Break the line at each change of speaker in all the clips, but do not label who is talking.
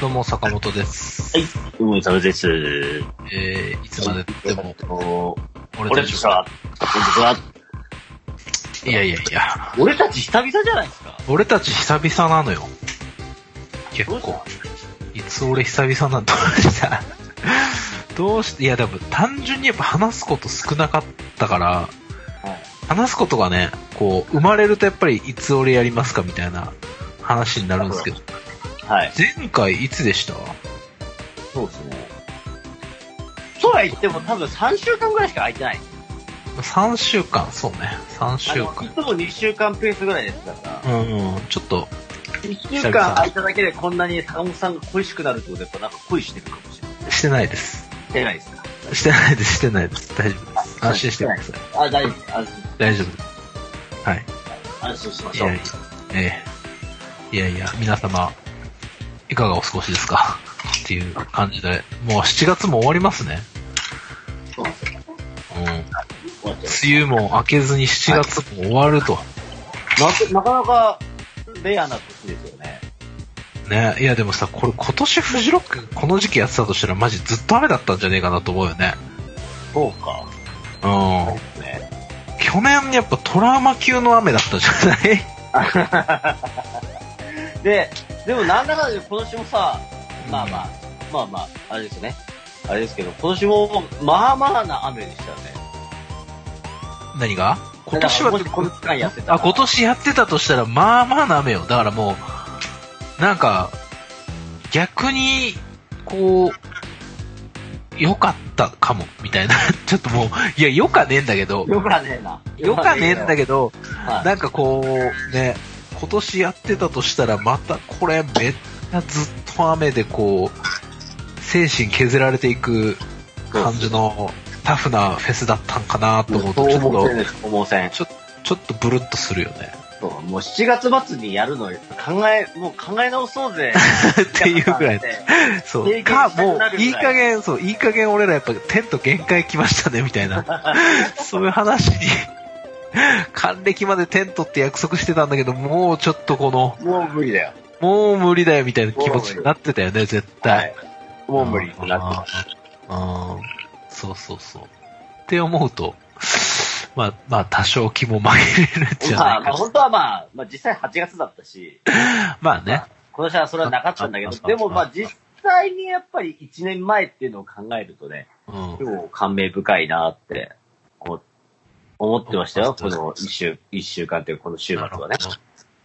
どうも、坂本です。
はい、どうも、伊沢です。
えー、いつまででも、
俺たちさ、俺たち
いやいやいや、
俺たち久々じゃないですか。
俺たち久々なのよ。結
どう
構。いつ俺久々なのどうした どうして、いやでも単純にやっぱ話すこと少なかったから、話すことがね、こう、生まれるとやっぱりいつ俺やりますかみたいな話になるんですけど、
はい。
前回いつでした
そうですね。そうは言っても多分3週間ぐらいしか空いてない。
?3 週間、そうね。3
あ
週
の、い
間。
つも2週間ペースぐらいですから、
うんうん、ちょっと、
1週間空いただけでこんなに坂本さんが恋しくなるってことはやっぱなんか恋してるかもしれない。
してないです。
してないですか
してないです、してないです。大丈夫です。安心してください。
あ、大丈夫です。安心
大丈夫です。はい。
安心しま
い
しょう
や。いや、ええいやいや、皆様、いかがお過ごしですかっていう感じで、もう7月も終わりますね。
そうなんですよ
うん。梅
終わっちゃいます
雨も明けずに7月も終わると。
なかなかレアな年ですよね。
ね。いや、でもさ、これ今年フジロックこの時期やってたとしたらマジずっと雨だったんじゃねえかなと思うよね。
そうか。
うん。
ね。
去年やっぱトラウマ級の雨だったじゃない
で、でもなんだかんだで今年もさ、まあまあ、まあまあ、あれですね。あれですけど、今年も、まあまあな雨でしたよね。
何が今年は
だからもしこの期間やってた
あ、
ら
今年やってたとしたら、まあまあな雨よ。だからもう、なんか、逆に、こう、良かったかも、みたいな。 ちょっともう、いや、良かねえんだけど、
よかねえな。
良かねえんだ
け
けど、
ど。はい。
なんかこう、ね、今年やってたとしたら、またこれ、めっちゃずっと雨でこう、精神削られていく感じのタフなフェスだったんかなと思うと、ちょっ
思
と
う、です。思うせん。
ちょっとブルッとするよね。
そう、もう7月末にやるのよ考え、もう考え直そう ぜ。
っていうぐらい。そう。
経験し
か、
たくなる
も、
ぐらいう
いい加減、そう、いい加減俺らやっぱテント限界来ましたね、みたいな。 そういう話に、還暦までテントって約束してたんだけど、もうちょっとこの、
もう無理だよ。
もう無理だよ、みたいな気持ちになってたよね、絶対。。
もう無理ってなって
うん。そうそうそう。って思うと、まあ、まあ、多少気も紛れるん
ます
じゃ
ま
ない
あ、まあ
か。
本当はまあ、まあ実際8月だったし。
まあね。
今年はそれはなかったんだけ
あ
ど
あ、あ
でもま
あ
あ実際にやっぱり1年前っていうのを考えるとね、
うん。
今日感銘深いなって思思ってましたよ、
そ
こ
うそうそう
の1週、一週間というこの週末はね。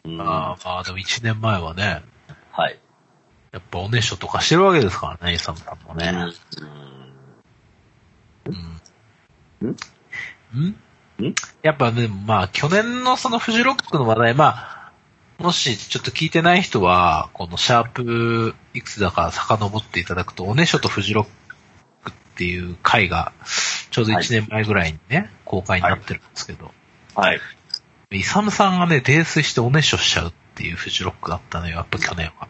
うん
あーまあ、でも1年前はね、
はい。
やっぱおねしょとかしてるわけですからね、イサムさんもね。うん。
ん
やっぱね、まあ、去年のそのフジロックの話題、まあ、もしちょっと聞いてない人は、このシャープいくつだか遡っていただくと、おねしょとフジロックっていう回が、ちょうど1年前ぐらいにね、公開になってるんですけど、
はい。
イサムさんがね、泥酔しておねしょしちゃうっていうフジロックだったのよ、やっぱ去年は。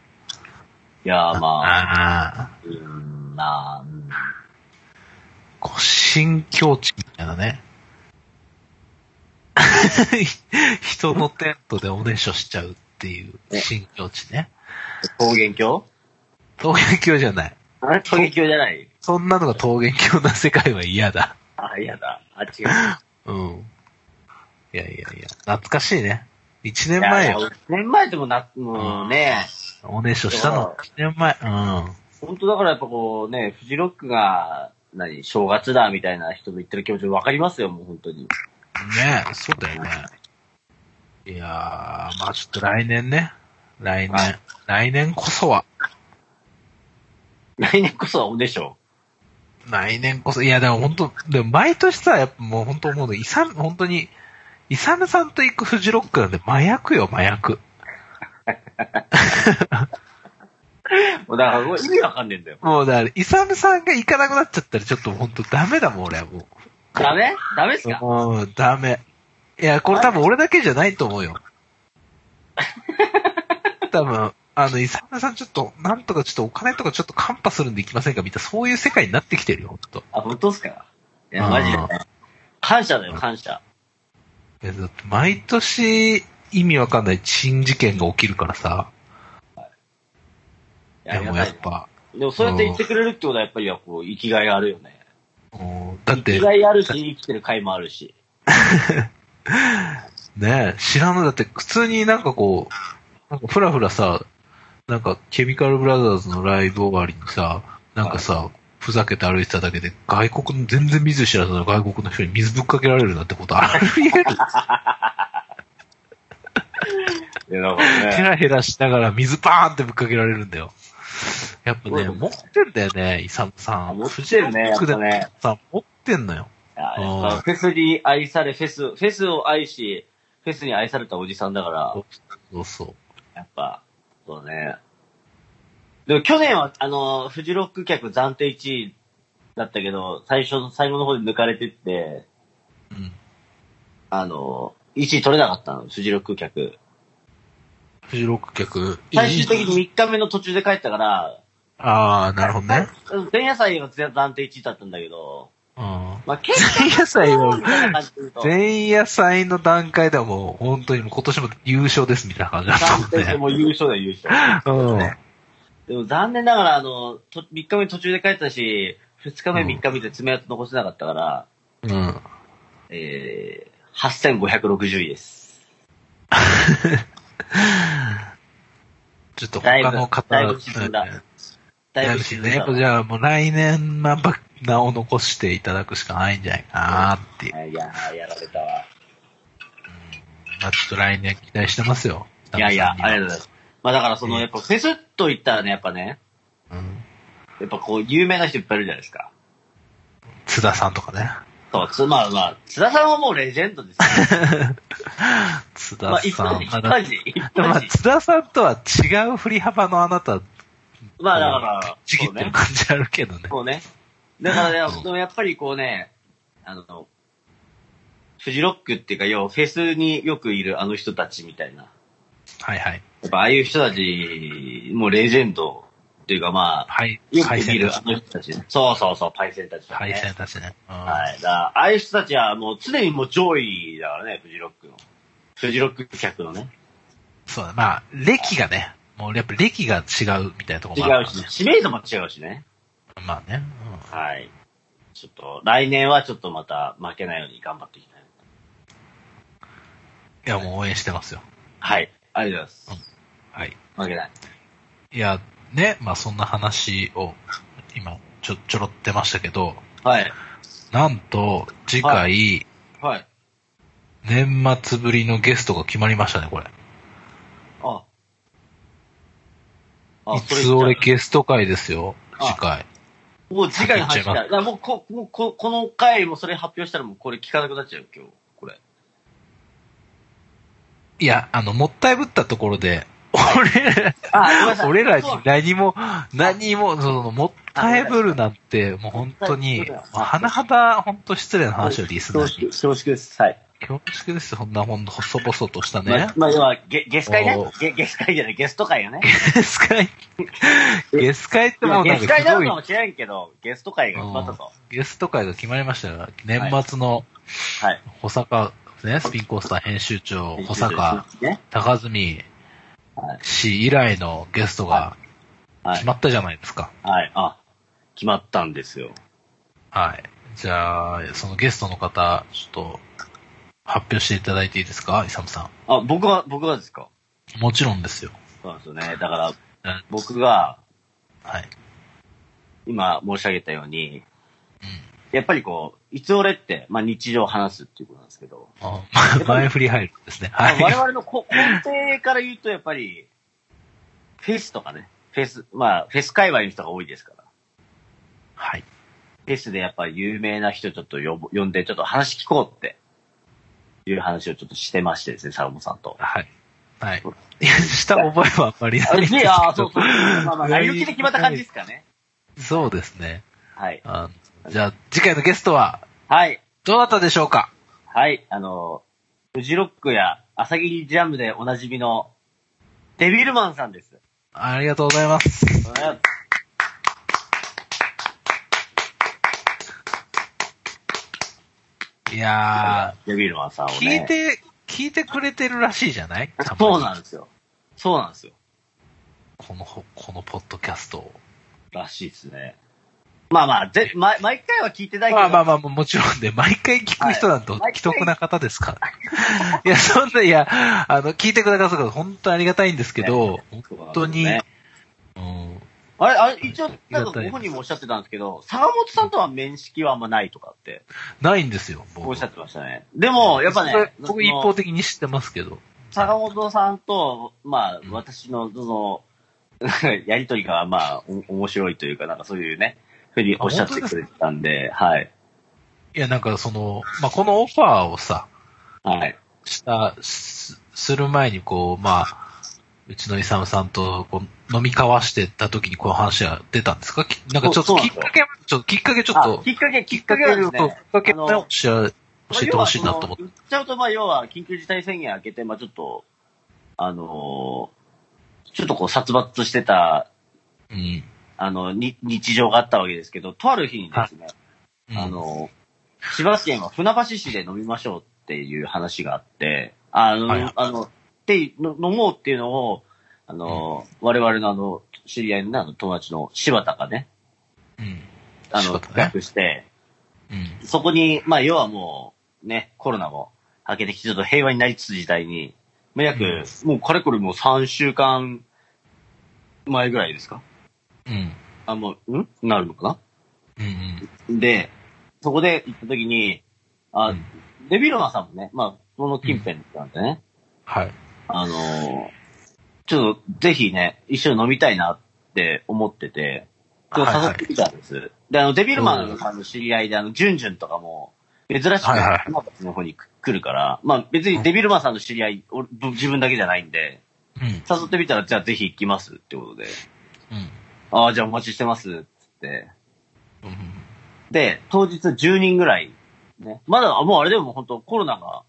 いやーまあ、
ああ、
うん、まあ、うん
こう、新境地みたいなね。 人のテントでおねしょしちゃうっていう新境地ね。
桃源郷
桃源郷じゃない。
あれ桃源郷じゃない
そんなのが桃源郷な世界は嫌だ。
あ、嫌だ。あ、 違う。
うん。いやいやいや、懐かしいね。一年前よ。
1年前でもな、もうね、
おねしょしたの。一年前。うん。
本当だからやっぱこうね、フジロックが、何、正月だみたいな人の言ってる気持ちわかりますよ、もう本当に。
ねえ、そうだよね。いやー、まあちょっと来年ね。来年。来年こそは。
来年こそはおでしょ。
来年こそ、いやでも本当、でも毎年さ、やっぱもう本当思うの、イサム、本当に、イサムさんと行くフジロックなんで麻薬よ、麻薬。
もうだからもう意味わかんねえんだよ。
もうだから、イサムさんが行かなくなっちゃったらちょっと本当ダメだもん、俺はも
ダメダメっすか
う。うん、ダメ。いや、これ多分俺だけじゃないと思う よ。多分、あの、イサムさんちょっと、なんとかちょっとお金とかちょっとカンパするんで行きませんかみたいな、そういう世界になってきてるよ、本当
あ、本当っすかいや、マジでね。感謝だよ、感謝。
いやだって毎年意味わかんない珍事件が起きるからさ、でもやっぱ、
でもそうやって言ってくれるってことはやっぱりはこう、生きがいあるよね。
もうだっ
生き
て、
がいあるし、生きてる甲斐もあるし。
ねえ、知らんのだって、普通になんかこう、なんかふらふらさ、なんか、ケミカルブラザーズのライブ終わりにさ、なんかさ、ふざけて歩いてただけで、外国の、全然見ず知らずの外国の人に水ぶっかけられるなんてことあり得る。
いや、だから
ヘ。ラヘラしながら水パーンってぶっかけられるんだよ。やっぱね、
うん
持ってんだよね、イサムさん。
持ってるね、やっぱね。
さ、持ってんのよ。
あやっぱフェスに愛され、フェス、フェスを愛し、フェスに愛されたおじさんだから、
そうそう。
やっぱ、そうね。でも去年は、あの、フジロック客暫定1位だったけど、最初の、最後の方で抜かれてって、
うん。
あの、1位取れなかったの、フジロック客。
フジロック客。
最終的
いい
に3日目の途中で帰ったから、
ああ、なるほどね。
前夜祭は暫定1位だったんだけど、
うん。
まあ、結
前夜祭
構、み
は、
たいな感じで言 うと
前夜祭の段階ではもう、本当にもう今年も優勝ですみたいな感じだったも
暫定
ん
で
ね。
もう優勝だよ、優勝。
うん。
でも残念ながら、あの、と3日目途中で帰ったし、2日目
うん
3日目で爪痕残せなかったから、
うん。
えー、8560位です。
ちょっと他の方
だいぶだいぶ沈んだ
だ
だ
い
い
ぶ
ぶ
し
沈
ね。
ん
やっ
だ
ぱじ
わ。
ゃあもう来年はば名を残していただくしかないんじゃないかなっていう。
いやー、やられたわ。
まあちょっと来年期待してますよ。
いやいや、ありがとうござい
い
ます。まあだからそ
え
の、
え
やっぱフェスと言ったらね、やっぱね、
ます。
やっぱこう、有名な人いっぱいいるじゃないですか。
津田さんとかね。
そう、つ、まあまあ、津田さんはもうレジェンドですよ。
津
ま
田
あ、一
さ
般
ん。
人、一
まあ
般人、一
ま
般
あ
人。
津田さんとは違う振り幅のあなた、
まあだから、
ちぎ
そ
っ
う
てる
ね。
感じあるけどね。
そうね。だから
うん
ね、でもやっぱりこうね、あの、フジロックっていうか、要はフェスによくいるあの人たちみたいな。
はいはい。
やっぱああいう人たち、もうレジェンドっていうかまあ、
はい。
よく
敗
見
戦
る
だ
あの人たちね。そうそうそう、パイセンたち、ね。
敗戦だしね。うん
はい。だからああいう人たちはもう常にもう上位だからね、フジロックの。フジロック客のね。
そうだ。まあ、歴がね、もうやっぱ歴が違うみたいなとこ
違
ろもあ
う
るから
し、
ね
ね、知名度も違うしね。
まあね。うん
はい。ちょっと、来年はちょっとまた負けないように頑張っていきたい。
いや、もう応援してますよ。
はい。ありがとうございま
はい。
す。負けない。
いや、ね、まあそんな話を、今、ちょ、ちょろってましたけど、
はい。
なんと、次回、
ははい。
年末ぶりのゲストが決まりましたね、これ。
あ。あ、
い
それ
つ俺ゲスト会ですよ、
あ
次回。
もう次回の話
先行っちゃいます
だ。だからもうこ、もうこ、この回もそれ発表したらもうこれ聞かなくなっちゃうよ、今日。これ。
いや、あの、もったいぶったところで、俺ら、
あ、ごめんなさい。
俺らに
そう
何も、何も、その、もったいぶるなんて、もう本当に、
そう
も
だ
う甚だ、本当失礼な話をリスナー
恐
に。
縮恐縮です。はい。
恐縮ですよ、そんなほんと、細々とした
ま
ね
あ、。まあ、要は、ゲ、ゲス会ね
お。
ゲ、ゲス会じゃない、ゲスト会よね。
ゲス会、ゲス会って
ま
も
あ
うな
ゲ
ん
ス
か
会
ひ
な
どい
のかもしれんけど、ゲスト会が決まったと。
ゲスト会が決まりましたよ。年末の
はい。
保坂、ね、スピンコースター編集長、保坂、
ね。
高住
はい
氏以来のゲストが
は
決
い。
まったじゃないですか。
はい。あ、決まったんですよ。
はい。じゃあ、そのゲストの方、ちょっと、発表していただいていいですかイサムさ
あ、僕は、僕はですか
ん。もちろんですよ。
そうなんですよね。だから
うん、
僕が、
はい。
今申し上げたように、やっぱりこう、いつ俺って、まあ日常を話すっていうことなんですけど、
あ ま前振り入るんですね。はい。
まあ我々のこ根底から言うとやっぱり、フェスとかね、フェス、まあフェス界隈の人が多いですから、
はい。
フェスでやっぱり有名な人ちょっと呼ぼ呼んでちょっと話聞こうって、いう話をちょっとしてましてですね、サロモさんと。
はい。 はい。いやした覚えはあんまりない
あ
んで
れ、
すけ
ね、
ど。
ああ、そうそう。まあ まあ、成り行きで決まった感じですかね。
そうですね。
はい。
あのじゃあ、次回のゲストは、
はい。
どなたでしょうか
はい、あの、フジロックや朝霧ジャムでおなじみのデビルマンさんです。
ありがとうございます。いや
デビルマンさんを
ー、
ね。
聞いて、聞いてくれてるらしいじゃない
そうなんですよ。そうなんですよ。
このほ、このポッドキャストを。
らしいですね。まあまあ、ぜ、ま、毎回は聞いてないけど。
まあまあまあ、もちろんね、毎回聞く人なんて
はい毎回
既得な方ですから。いや、そんな、いや、あの、聞いてくださる方、本当にありがたいんですけど、本当に、
ね
うん、
あれ、あれ、一応、
あ
な
り
ん
が
か
たい
ご本人もおっしゃってたんですけど、坂本さんとは面識はあんまないとかって、
ないんですよ、僕
おっしゃってましたね。でも、やっぱ
それ
ね、
僕一方的に知ってますけど。
坂本さんと、まあ
うん、
私の、 その、やりとりが、まあ、お面白いというか、なんかそういうね、ふうにおっしゃってくれてたんで、はい。
いや、なんかその、まあ、このオファーをさ、
はい。
した、す、する前にこう、まあ、うちのイサムさんとこう飲み交わしてた時にこの話は出たんですかきなんかちょっ
そう
と
そう
きっかけ、ちょっときっかけちょっと
あ、きっかけ、きっかけはで
そう
す
き
ね
っ、かけ
あの
を知ら教えてほしいなと思って。
まあ要はその言っちゃうと、まあ、要は、緊急事態宣言明けて、まあ、ちょっと、あのーちょっとこう、殺伐してた、
うん。
あの、に日常があったわけですけど、とある日にですね、
うん
あ、のー千葉県は船橋市で飲みましょうっていう話があって、あの、
はいはい
あの、で、の飲もうっていうのを、あのー我々のあの、知り合いのねあの友達の柴田がね、
うん。
あ
柴
の、
田ね
企画して、
うん。
そこに、まあ、要はもう、ね、コロナも明けてきて、ちょっと平和になりつつ時代に、まあ約、
うん
もうかれこれもう3週間前ぐらいですか
うん。
あ、もう、んなるのか
うんうん。
なで、そこで行った時に、あ、
うん
デビロナさんもね、まあ、その近辺なんでね、
はい。
あのーちょっとぜひね、一緒に飲みたいなって思ってて、ちょっと誘ってきたんです。で、あの、デビルマンさんの知り合いで、あの、ジュンジュンとかも、珍しく、
はいはい
熊本の方に来るから、まあ別にデビルマンさんの知り合い、俺ぶ自分だけじゃないんで、
うん。
誘ってみたら、じゃあぜひ行きますってことで、
うん。
ああ、じゃあお待ちしてますっつって。
うん。
で、当日10人ぐらい、ね、まだ、もうあれでも本当コロナが、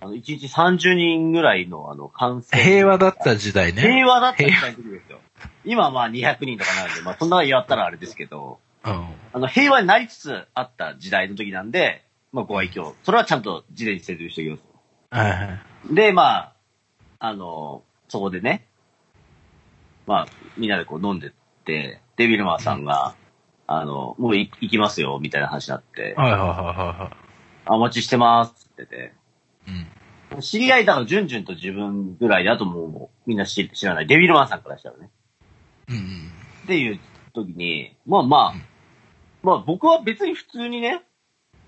あの、1日30人ぐらいの、あの、感染。
平和だった時代ね。
平和だったみたいな時ですよ。今はまあ200人とかなんで、まあそんなやったらあれですけど、
うん。
あの平和になりつつあった時代の時なんで、まあご愛嬌。それはちゃんと事前に説明しておきま
はいはい。
す。で、まあ、あの、そこでね、まあみんなでこう飲んでって、デビルマーさんが、あの、もうい行きますよ、みたいな話になって、
はいはいはいは
あ、お待ちしてます、ってて。
い。うん。
知り合いだから、ジュンジュンと自分ぐらいだともう、もうみんな知知らない。デビルマンさんからしたらね。
うん
っていう時に、まあまあ、
うん
まあ僕は別に普通にね、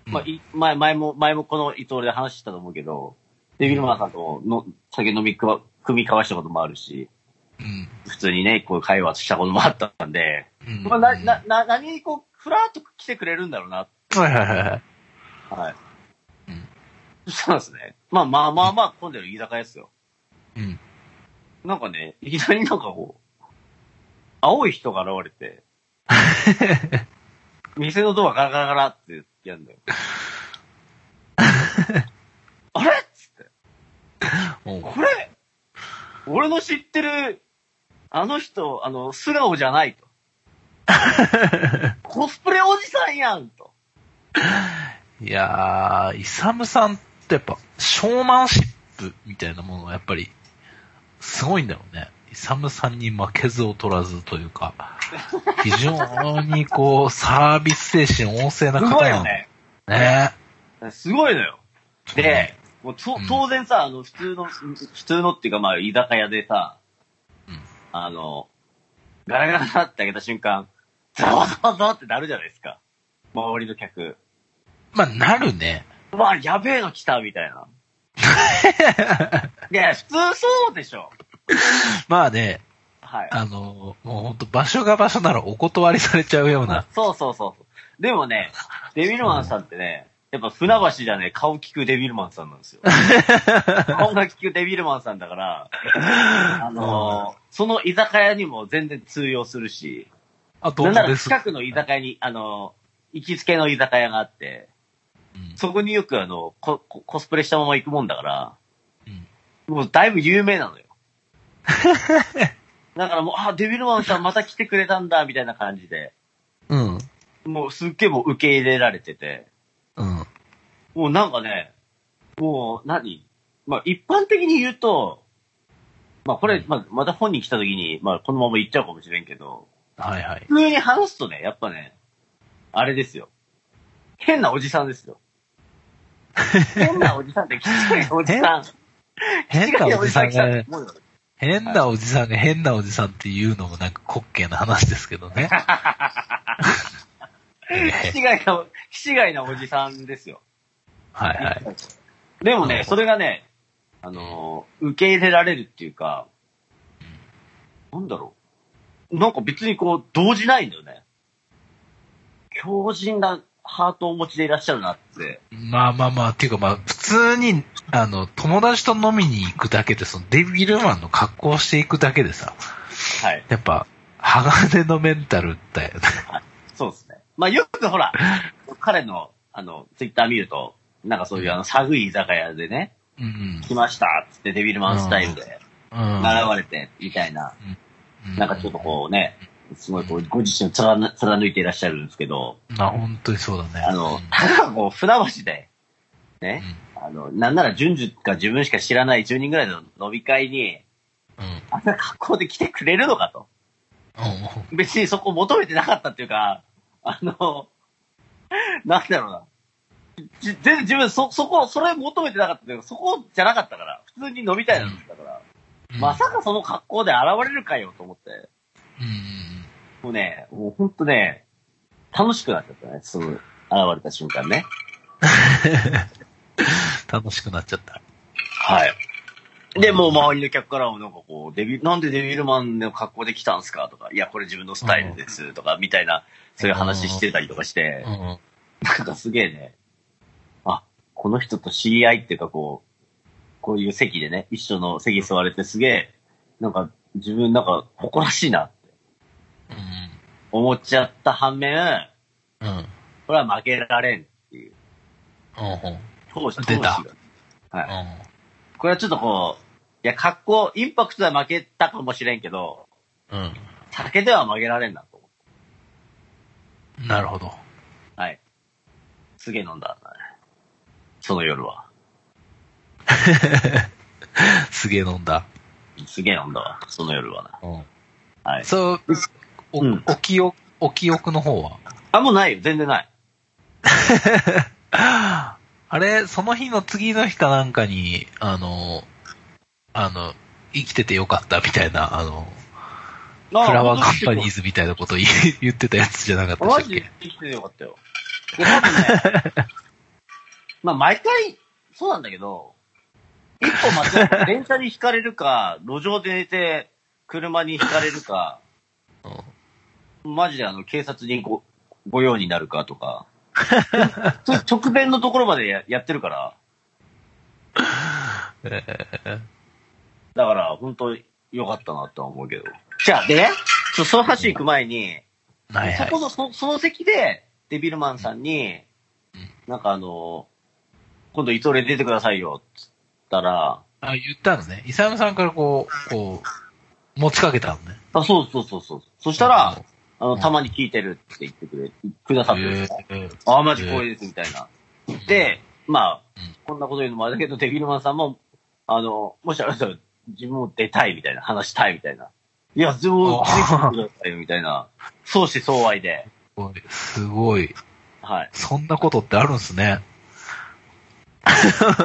うん。
まあい前前も、前もこの伊藤で話したと思うけど、デビルマンさんとの酒飲みくわ、組み交わしたこともあるし、
うん。
普通にね、こう会話したこともあったんで、
うん。
まあな、な、な、何にこう、ふらっと来てくれるんだろうな、
はいはいはいはい。
はい。
うん
そうですね。まあまあまあまあ、混んでる居酒屋ですよ。
うん。
なんかね、いきなりなんかこう、青い人が現れて、店のドアガラガラガラってやるんだよ。あれっつって、
おう
これ、俺の知ってる、あの人、あの、素顔じゃないと。コスプレおじさんやんと。
いやー、イサムさんってやっぱ、ショーマンシップみたいなものはやっぱり、すごいんだろうね。イサムさんに負けず劣らずというか、非常にこう、サービス精神旺盛な
す
方
ごい
な
よ
の。
ね。
ね。
すごいのよ。で、もうと
うん
当然さ、あの、普通の、普通のっていうか、まあ、居酒屋でさ、
うん
あの、ガラガラガラって開けた瞬間、ザワザワザワってなるじゃないですか。周りの客。
まあ、なるね。
うわ、やべえの来た、みた いな。いや、普通そうでしょ。
まあね、
はい。
あの、もうほんと場所が場所ならお断りされちゃうような。
そうそうそうそう。でもね、デビルマンさんってね、やっぱ船橋じゃね、顔聞くデビルマンさんなん ですよ。顔が聞くデビルマンさんだから、あのーその居酒屋にも全然通用するし、
あ、ど
な
うん
な
も
ら
です。
近くの居酒屋に、あのー行きつけの居酒屋があって、
うん
そこによくあの、コココスプレしたまま行くもんだから、
うん
もうだいぶ有名な のよ。だからもう、あ、デビルマンさんまた来てくれたんだ、みたいな感じで。
うん。
もうすっげえもう受け入れられてて、
うん。
もうなんかね、もう何まあ一般的に言うと、まあこれ、まあ、また本人来た時に、まあこのまま言っちゃうかもしれんけど、
はいはい。
普通に話すとね、やっぱね、あれですよ。変なおじさんですよ。変なおじさんって、きついおじさん。
変なおじさん
来た
が、
と思うよ
変なおじさんが変なおじさんっていうのもなんか滑稽な話ですけどね。
気違いな、気違いなおじさんですよ。
はいはい。
でも
うん
ね、それがね、あのー、受け入れられるっていうか、なんだろう。なんか別にこう、動じないんだよね。強靭なハートをお持ちでいらっしゃるなって。
まあまあまあ、っていうかまあ、普通に、あの、友達と飲みに行くだけで、そのデビルマンの格好をしていくだけでさ、
はい。
やっぱ、鋼のメンタルだよね。
そうですね。まあよくほら、 彼の、あの、ツイッター見ると、なんかそういうあの、寒い居酒屋でね、
うん。
来ましたっつってデビルマンスタイルで、
うん。
現れて、みたいな。
うん
なんかちょっとこうね、すごいこう、ご自身を貫貫いていらっしゃるんですけど、
まあ本当にそうだね。
あ
う
の
ん、
ただもう船橋で、ね、あの、なんなら順序か自分しか知らない10人ぐらいの飲み会に、
うん。
あんな格好で来てくれるのかと。
うん
別にそこ求めてなかったっていうか、あの、なんだろうな。じ全然自分、そ、そこ、それ求めてなかったというか、そこじゃなかったから、普通に飲みたいなんだから、まさかその格好で現れるかよと思って。
うんうん
もうね、もうほんとね、楽しくなっちゃったね、その、現れた瞬間ね。
楽しくなっちゃった。
はい。で、もう周りの客からもなんかこう、デビュー、なんでデビルマンの格好で来たんすかとか、いや、これ自分のスタイルですとか、みたいな、そういう話してたりとかして
う、ん。
なんかすげえね、あ、この人と知り合いっていうかこう、こういう席でね、一緒の席座れてすげえ、なんか自分なんか誇らしいなって
う
思っちゃった反面、
ん。うん。
これは負けられんっていう。
うん。
当時、当
出
時
た
が。これはちょっとこう、いや、格好、インパクトでは負けたかもしれんけど、
うん。
酒では負けられんなと思って。
うん。なるほど。
はい。すげえ飲んだ、ね。その夜は。
すげえ飲んだ。
すげえ飲んだわ、その夜はな。
うん。
はい。
そう、お、
うん
お記憶、お記憶の方は
あ、もうないよ、全然ない。
あれ、その日の次の日かなんかに、あの、あの、生きててよかったみたいな、あの、
フ
フラワーカンパニーズみたいなこと言い言ってたやつじゃなかったでし
マ
たっ
ジで
け
生きててよかったよ。で、多分ね、 まあ毎回、そうなんだけど、一歩間違えて電車に引かれるか、路上で寝て、車に引かれるか、
うん
マジであの、警察にご、ご用になるかとか、そういう直前のところまでややってるから、だから、本当良かったなとは思うけど。じゃあ、でね、ちょその話行く前に、
はいは
そ
い
こ。の、そその席で、デビルマンさんに、なんかあの、今度イトレ出てくださいよ、つったら、
あ、言ったのね。イサムさんからこう、こう、持ちかけたのね。
あ、そうそうそうそう。そしたら、あの、たまに聞いてるって言ってくれ、くださってるんですよ
えー
あ、マジ光栄です、みたいな。で、まあ
うん、
こんなこと言うのもあれだけど、デビルマンさんも、あの、もしあれだったら、自分も出たいみたいな、話したいみたいな。いや、自分も出てくださいよ、みたいな。相思相愛で。
すごいすごい。
はい。
そんなことってあるんです ね。ポッポ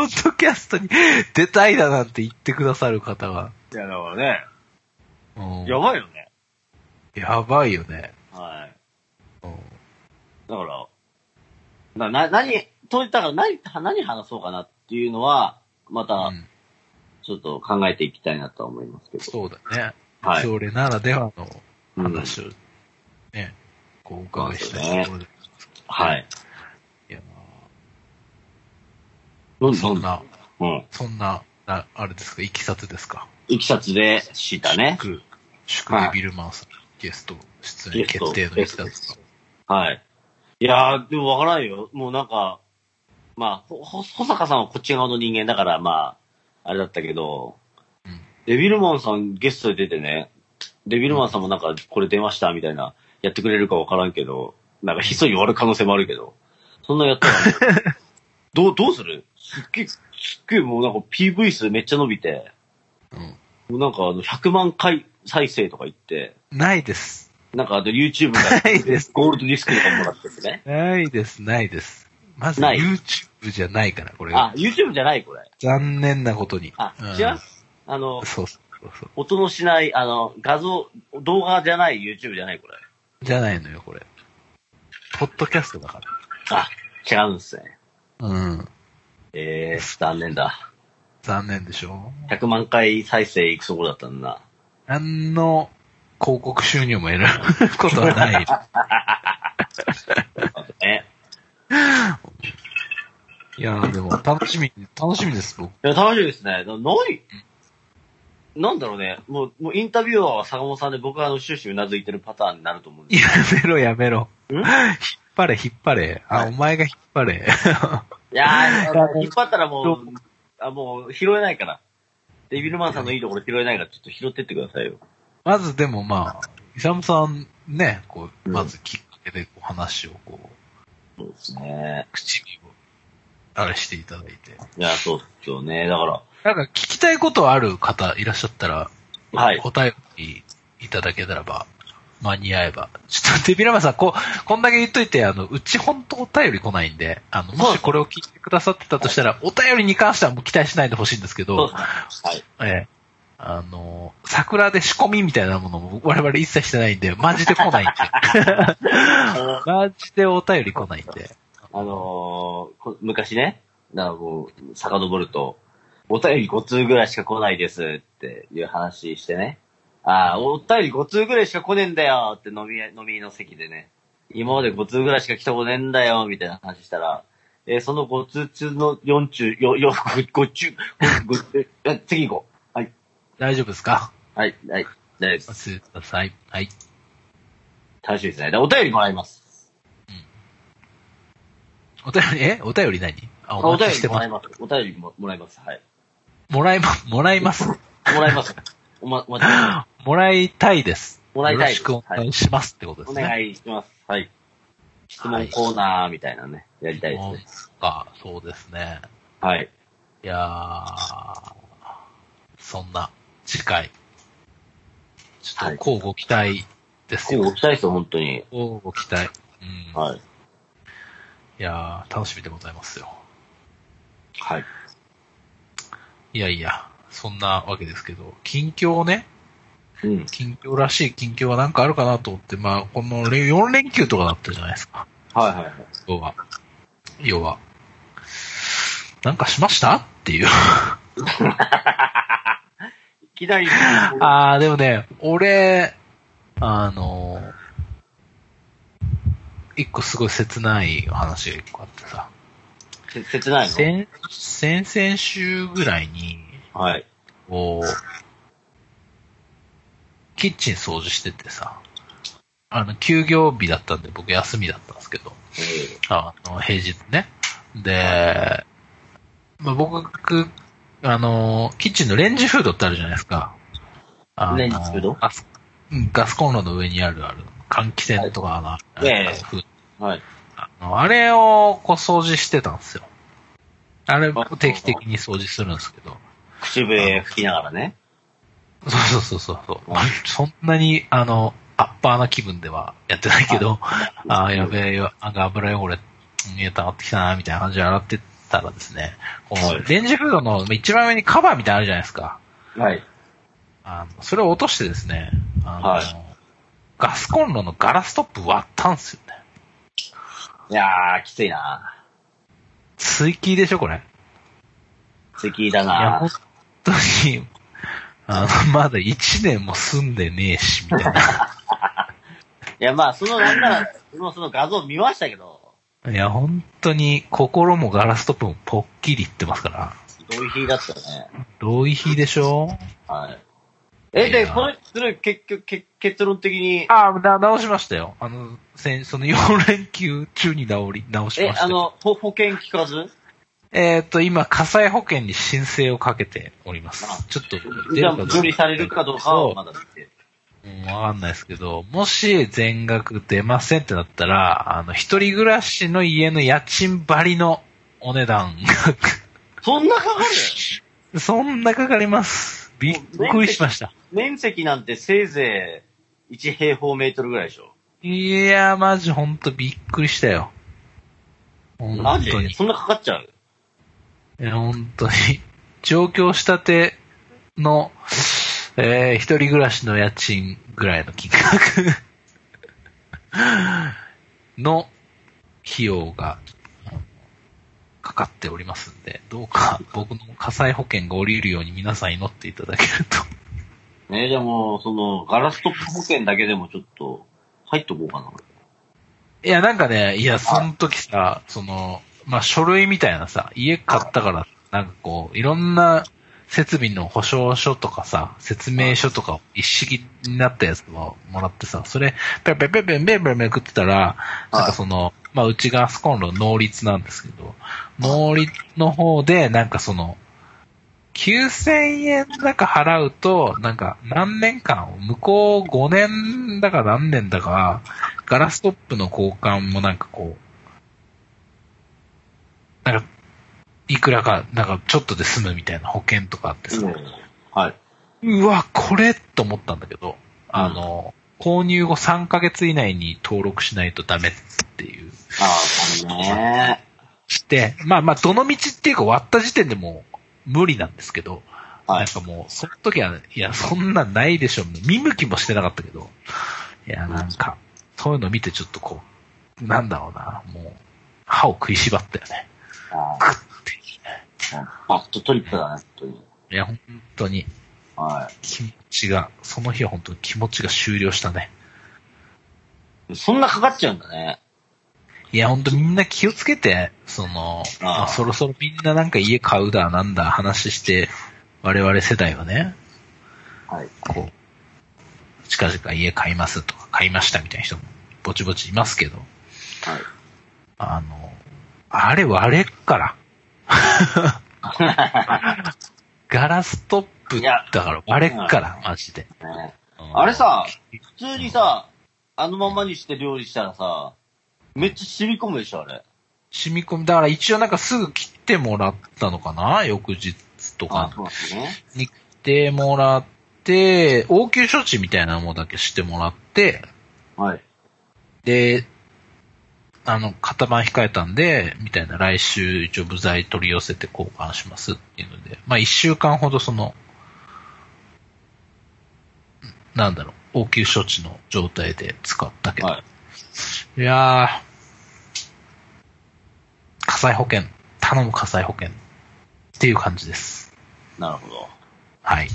ッドキャストに出たいだなんて言ってくださる方が。
いや、だからね、
うん
やばいよね。
やばいよね。
はい。
うん
だから、な、な、何、といったら何、何話そうかなっていうのは、ま
う
た、
ん
ちょっと考えていきたいなとは思いますけど。
そうだね。
はい。
それならではの
うん
話をね、こうお伺いしたいところで。
はい。
いや
うん
そん。な、
うん。
そんな、なあれですか、いきさつですか。
いきさつで知ったね。
祝、祝デビルマンさん、ゲスト出演決定のいきさつか。
はい。いやー、でもわからないよ。もうなんか、まあ、ほ、ほ、保坂さんはこっち側の人間だから、まあ、あれだったけど、
うん
デビルマンさんゲストで出てね、デビルマンさんもなんか、これ出ました、みたいな、やってくれるかわからんけど、な んかひっそり終わる可能性もあるけど、そんなやったら、どう、どうするすっげえすっげえもうなんか PV 数めっちゃ伸びて、
うん
もうなんかあの100万回再生とか言って、
ないです。
なんかあと YouTube
な
が
いです。。
ゴールドディスクとかもらっててね
ないです、ないです。まず
ない
YouTube じゃないから、これが
あ、YouTube じゃないこれ。
残念なことに。
あ
うん、
違うあの、
そうそうそう。
音のしない、あの、画像、動画じゃない YouTube じゃないこれ。
じゃないのよ、これ。ポッドキャストだか
あ、違うんですね。
ら。うん。
えー、残念だ。
残念でしょ
100万回再生いくそこだったんだ
何の広告収入も得られる ことは ない。
な。え、
いやーでも楽しみ、楽しみです、僕。
いや、楽しみですね。なない、なんだろうね。もう、もうインタビュアーは坂本さんで僕はあの終始うなずいてるパターンになると思うんで
や
す
めろ、やめろ。
ん
引っ張れ、引っ張れ。あ、
はい
お前が引っ張れ。
いや
いや
ー、引っ張ったらもう、あ、もう拾えないから。デビルマンさんのいいところ拾えないから、ちょっと拾ってってくださいよ。
まずでもまあ、イサムさんね、こう、
うん
まずきっかけでお話をこう、
そうですね。
唇を、あれしていただいて。
いや、そうですよね。だか
なんか聞きたいことある方いらっしゃったら、
ら、はい。
お便りいただけたらば、間に合えば。ちょっと、デビラマさん、こう、こんだけ言っといて、あの、うち本当お便り来ないんで、あの、もしこれを聞いてくださってたとしたら、お便りに関してはもう期待しないでほしいんですけ
そう
ど
で、すね。はい。
ええあの、桜で仕込みみたいなものも我々一切してないんで、マジで来ないんで。マジでお便り来ないんで。
あのーこ昔ね、なんかこう、遡ると、お便り5通ぐらいしか来ないですっていう話してね。ああ、お便り5通ぐらいしか来ねえんだよって飲み、飲みの席でね。今まで5通ぐらいしか来たことねえんだよみたいな話したら、えーその5通中の4中、よ、よ、5中、5、5、次行こう。はい。
大丈夫ですか
はい、はい。大丈
お。
夫です
待ちください。はい。
楽しみですね。でお便りもらいます。
お便り、えお便り何あ、
お
お
便
待ちし
り
て
も
ま
ら
す
い。ます。お便りももらいます。はい。
もらいます。もらいます。
もら います。おま、お待ちしてます
もらいたいです。
もらいたいです
よろしくお願いしますってことで
お
すね。
願いします。はい。質問コーナーみたいなね、やりたいです
そう
ね
で。すか、そうですね。
はい。
いやー、そんな次回、ちょっと交互期待です
で
よ。
も、おきたいですよ、本当に。
交互期待。うん。い、
はい。
やー、楽しみでございますよ。
はい。
いやいや、そんなわけですけど、近況をね、
うん。
近況らしい近況はなんかあるかなと思って、まあ、この4連休とかだったじゃないですか。
はいはいはい。
要は。要は。なんかしましたっていう。
いきなり、
あー、でもね、俺、あの、一個すごい切ない話が一個あってさ、
せ切ないの
先、先々週ぐらいに、
はい。
こう、キッチン掃除しててさ、あの、休業日だったんで僕休みだったんですけど、あの、平日ね。で、まあ、僕、あの、キッチンのレンジフードってあるじゃないですか。あの
レンジフード
ガスうんガスコンロの上にある、ある、換気扇とかのある、
はい
ガスフード
はい。
あのあれを、こう、掃除してたんですよ。あれ、
あ
定期的に掃除するんですけど。
口笛吹きながらね。
そうそうそうそう。
はい
そんなに、あの、アッパーな気分ではやってないけど、ああ、やべえよ、なんか油汚れ、見えた、上がってきたな、みたいな感じで洗ってたらですね、こ
は
の
い
レンジフードの一番上にカバーみたいなのあるじゃないですか。
はい。
あのそれを落としてですね、あの、
はい
ガスコンロのガラストップ割ったんですよね。
いやー、きついな
追記でしょ、これ。い
好きだ
や、
な
本当に、あの、まだ1年も住んでねえし、みたいな。
いや、まあ、その、なんなら、もうその画像見ましたけど、
いや、本当に、心もガラストップもポッキリいってますから。
同意品だったよね。
ロイヒでしょ
はい。え、で、
いや
これ、それ、結局、結結論的に、
ああ、な直しましたよ。あの、先その4連休中に直り、直し
え、
ました。
あ、の、ほ保険聞かず
えっ、と、今、火災保険に申請をかけております
あ。
ちょっと、
じゃあ、受理されるかどうかは
は
まだって。
わかんないですけど、もし全額出ませんってなったら、あの、一人暮らしの家の家賃張りのお値段が
そんなかかる
そんなかかります。びっくりしました。
面積なんてせいぜい1平方メートルぐらいでしょ。
いやー、マジほんとびっくりしたよ。本
マジ
当に。い
そんなかかっちゃう
や、本当に。上京したての、えー、一人暮らしの家賃ぐらいの金額 の費用がかかっておりますんで、どうか僕の火災保険が降りるように皆さん祈っていただけると。
ねえ、でも、その、ガラストップ保険だけでもちょっと、入っとこうかな。
いや、なんかね、いや、その時さ、その、まあ、書類みたいなさ、家買ったから、なんかこう、いろんな設備の保証書とかさ、説明書とか一式になったやつをもらってさ、それ、ペペペペペペペめくってたら、なんかその、まあ、うちガスコンロ能率なんですけど、能率の方で、なんかその、9000円なんか払うと、なんか何年間、向こう5年だか何年だか、ガラストップの交換もなんかこう、なんか、いくらか、なんかちょっとで済むみたいな保険とかあってさ、
はい。
うわ、これと思ったんだけど、あの、購入後3ヶ月以内に登録しないとダメっていう。
ああ、これね。
して、まあまあ、どの道っていうか割った時点でもう無理なんですけど、
は
な
い
んかもう、その時は、いや、そんなんないでしょ。見向きもしてなかったけど、いや、なんか、そういうの見てちょっとこう、なんだろうな、もう、歯を食いしばったよね。
あ
グッて
あ、バットトリップだね、本当に。
いや、本当に
は
気持ちが、その日は本当に気持ちが終了したね。
い。そんなかかっちゃうんだね。
いや、本当みんな気をつけて、その、
あ
まあそろそろみんななんか家買うだ、なんだ、話して、我々世代はね、
はい。
こう、近々家買いますとか買いましたみたいな人もぼちぼちいますけど、あの、あれ割れっ から。ガラストップだから割れっから、マジで。
はい。ね、
うん
あれ、さ、普通にさ、あのままにして料理したらさ、めっちゃ染み込むでしょ、あれ。
染み込み、だから一応なんかすぐ切ってもらったのかな翌日と
あ
か
そうなんですね。
に切ってもらって、応急処置みたいなものだけしてもらって、
はい。
で、あの、型番控えたんで、みたいな、来週一応部材取り寄せて交換しますっていうので、まあ一週間ほどその、なんだろう、応急処置の状態で使ったけど、
はい。
い、やー、火災保険、頼む火災保険っていう感じです。
なるほど。
はい。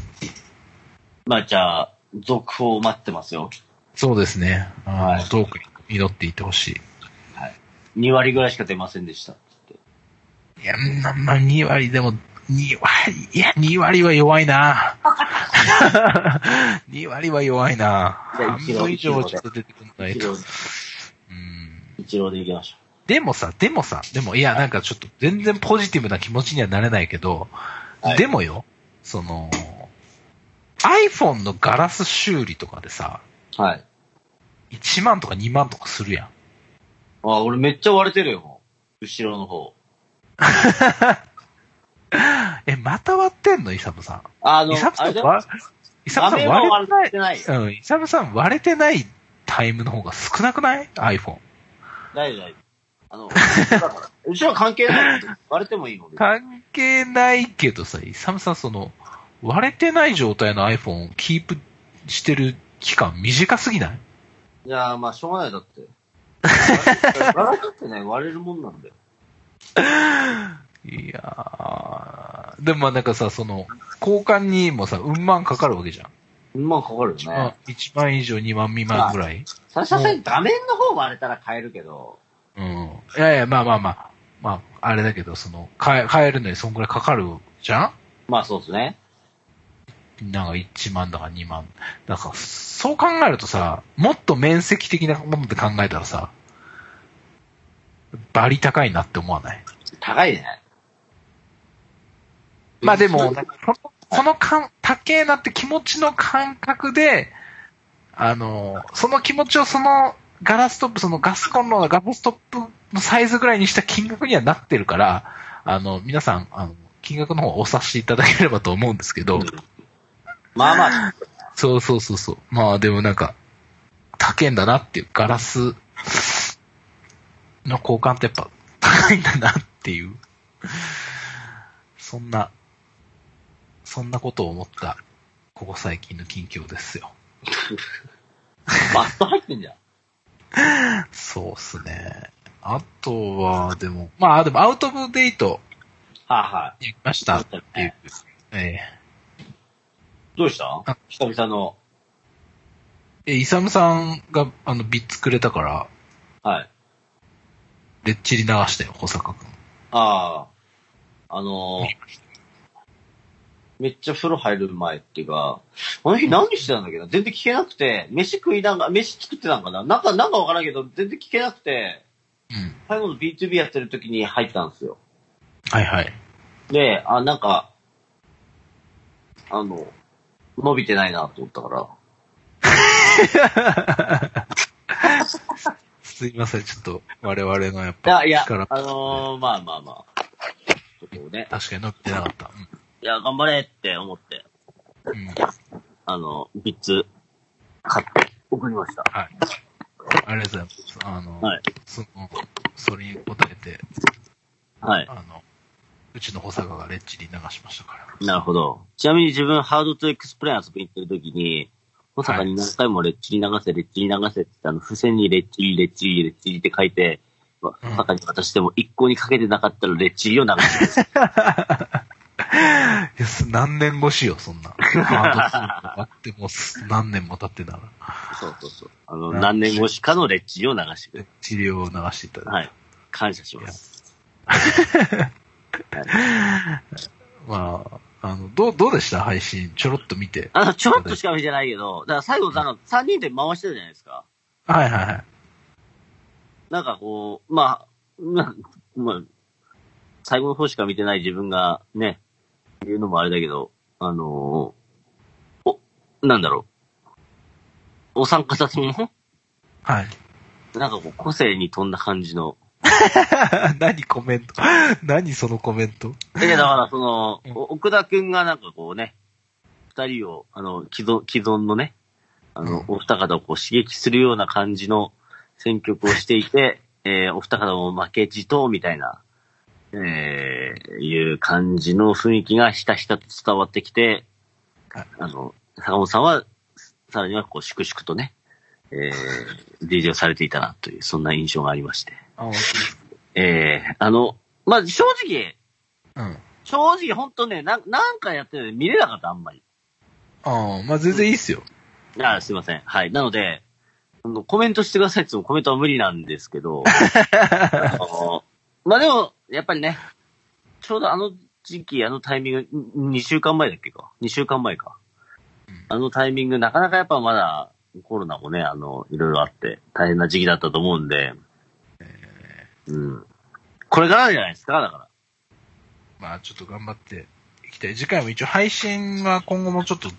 まあじゃあ、続報を待ってますよ。
そうですね。
は
はいい、どうか祈っていてほしい。
2割ぐらいしか出ませんでした。
いや、まあまあ、2割でも、2割、いや、2割は弱いな 2割は弱いな
じゃあ
半
一郎
分以上はちょっと出てくんない
一
と。
郎
う、ん
一郎で行きましょ
でもさ、でもさ、でも、いや、なんかちょっと全然ポジティブな気持ちにはなれないけど、
はい
でもよ、その、iPhone のガラス修理とかでさ、
う。はい。
1万とか2万とかするやん。
あ、俺めっちゃ割れてるよ、もう。後ろの方。
え、また割ってんのイサムさん。
あの、
イサム
あ
さ
れ
ん
だよ
割、イサムさん
画面は
割れてない
割れ。てないよ。
うん、イサムさん割れてないタイムの方が少なくない ?iPhone。
大丈夫、大丈夫。あの、 だから後ろは関係ない。割れてもいいので。
関係ないけどさ、イサムさんその、割れてない状態の iPhone をキープしてる期間短すぎない
いやー、まあ、しょうがない、だ って。割れるってね、割れるもんなんだよ。
いやー。でもまあなんかさ、その、交換にもさ、うんまんかかるわけじゃん。
まあ、かかるよ
ま
ね
あ。1万以上2万未満ぐらい。
ささすがに画面の方割れたら変えるけど、
うん。いやいや、まあまあまあ。まあ、あれだけど、その、変え、変えるのにそんぐらいかかるじゃん
まあ、そうですね。
なんか1万だか2万。なんか、そう考えるとさ、もっと面積的なもので考えたらさ、バリ高いなって思わない
高いね。
まあでも、その、その感、高えなって気持ちの感覚で、あの、その気持ちをそのガラストップ、そのガスコンロのガラストップのサイズぐらいにした金額にはなってるから、あの、皆さん、あの、金額の方をお察しいただければと思うんですけど、
まあまあ、
そうそうそうそう。まあでもなんか、高いんだなっていう、ガラスの交換ってやっぱ高いんだなっていう、そんな、そんなことを思った、ここ最近の近況ですよ。
バスト入ってんじゃん。
そうっすね。あとは、でも、まあでもアウトオブデート
はいはい。
に行きましたっていう、え
どうした
あ
久々の。
ええ、イサムさんが、あの、ビッツくれたから、
はい。
でっちり流したよ、保坂くん。
ああ。あのー、めっちゃ風呂入る前っていうか、あの日何してたんだっけど、全然聞けなくて、飯食いながら、飯作ってたんかななんか、なんかわからんけど、全然聞けなくて、
うん。
最後の B2B やってる時に入ったんですよ。
はいはい。
で、あ、なんか、あの、伸びてないなと思ったから、
すいません、ちょっと、我々のやっ
いや、
ぱ、
いや、
力、
あのー、まあまあまあ。ちょっとね、
確かに乗ってなかった。
いや、頑張れって思って、
うん。うん
あの、ビッツ、買って、送りました。
はい。ありがとうございます。あの、
はい
その、それに応えて、
はい。
あの、うちの保坂がレッチリ流しましたから。
なるほど。ちなみに自分、ハードトゥエクスプレイン遊びに行ってる時に、保坂に何回もレッチリ流せ、レッチリ流せって言って、あの、付箋にレッチリ、レッチリ、レッチリって書いて、ま
うん
保坂に渡しても一向にかけてなかったらレッチリを流してる。
いや、す何年越しよ、そんな。あのあってもうす何年も経ってながら、
そうそうそう。あの、何年越しかのレッチリを流してく
レ
れ
ッチリを流していただいて。
はい。感謝します。
まあ、あの、どう、どうでした配信、ちょろっと見て。
あの、ちょろっとしか見てないけど、だから最後、あの、3人で回してたじゃないですか。
はいはいはい。
なんかこう、まあ、まあ、まあ、最後の方しか見てない自分がね、言うのもあれだけど、あのーお、なんだろう。お参加者さんも、
はい。
なんかこう、個性に富んだ感じの。
何コメント何そのコメント
だけど、だからその
う、ん
お奥田くんがなんかこうね、二人を、あの、既存、既存のね、あの、
うん
お二方をこう刺激するような感じの選曲をしていて、えー、お二方も負けじと、みたいな、えー、いう感じの雰囲気がひたひたと伝わってきて
はい、
あの、坂本さんは、さらにはこう、粛々とね、えー、DJ をされていたな、という、そんな印象がありまして。
あ、本
えー、あの、まあ、正直、
当うん。
正直ほんとね、ななんかやってて見れなかった、あんまり。
ああ、まあ全然いいっすよ。
あーすいません。はい。なので、あのコメントしてくださいって言ってもコメントは無理なんです けど、あのまあでも、やっぱりね、ちょうどあの時期、あのタイミング、2週間前だっけか ?2 週間前か。あのタイミング、なかなかやっぱまだコロナもね、あの、いろいろあって大変な時期だったと思うんで、うん。これからじゃないですか、だから。
まあちょっと頑張っていきたい。次回も一応配信は今後もちょっと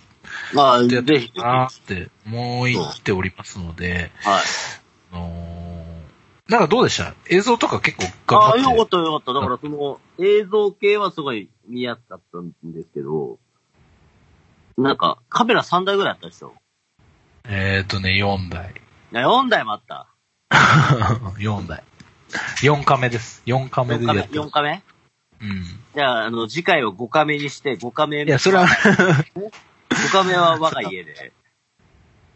まあ、ぜ
や
ひ
っ
ぜひ。
あーって思っておりますので、
はい。
あのーなんかどうでした映像とか結構
ああ、
頑
よ
張
か
っ
ったよかった。だからその映像系はすごい見やすかったんですけど、なんかカメラ3台ぐらいあったでしょ。
て。えっ、ー、とね、4台。
いや4台もあった。
4台。4カメです。4カメ
4
で
カメ
やってま
4
す。
カメ
うん。
じゃあ、あの、次回は5カメにして、5カメ、
いや、それは、
5カメは我が 家で。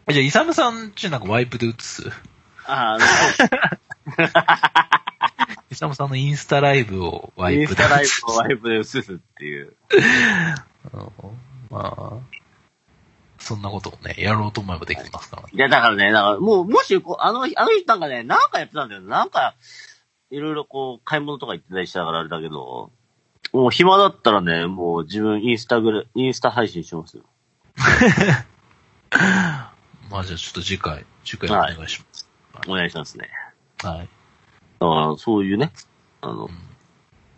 じゃあ、イサムさんちなんかワイプで映す
ああ、
イサムさんのインスタライブを
あの
ワ
イ
イ
ン
プ
ス
で
タライ
映す。
ブをワイプで映すっていう。
あのまあ、そんなことをね、やろうと思えばできますからね。
いや、だからね、だからもう、もしこう、あの日、あの日なんかね、なんかやってたんだよ。なんか、いろいろこう、買い物とか行ってたりしたからあれだけど、もう暇だったらね、もう自分インスタグラ、インスタ配信しますよ。
まあじゃあちょっと次回、次回お願いしま
お願いしますね。
す。はい。
だから、そういうね、あの
ん、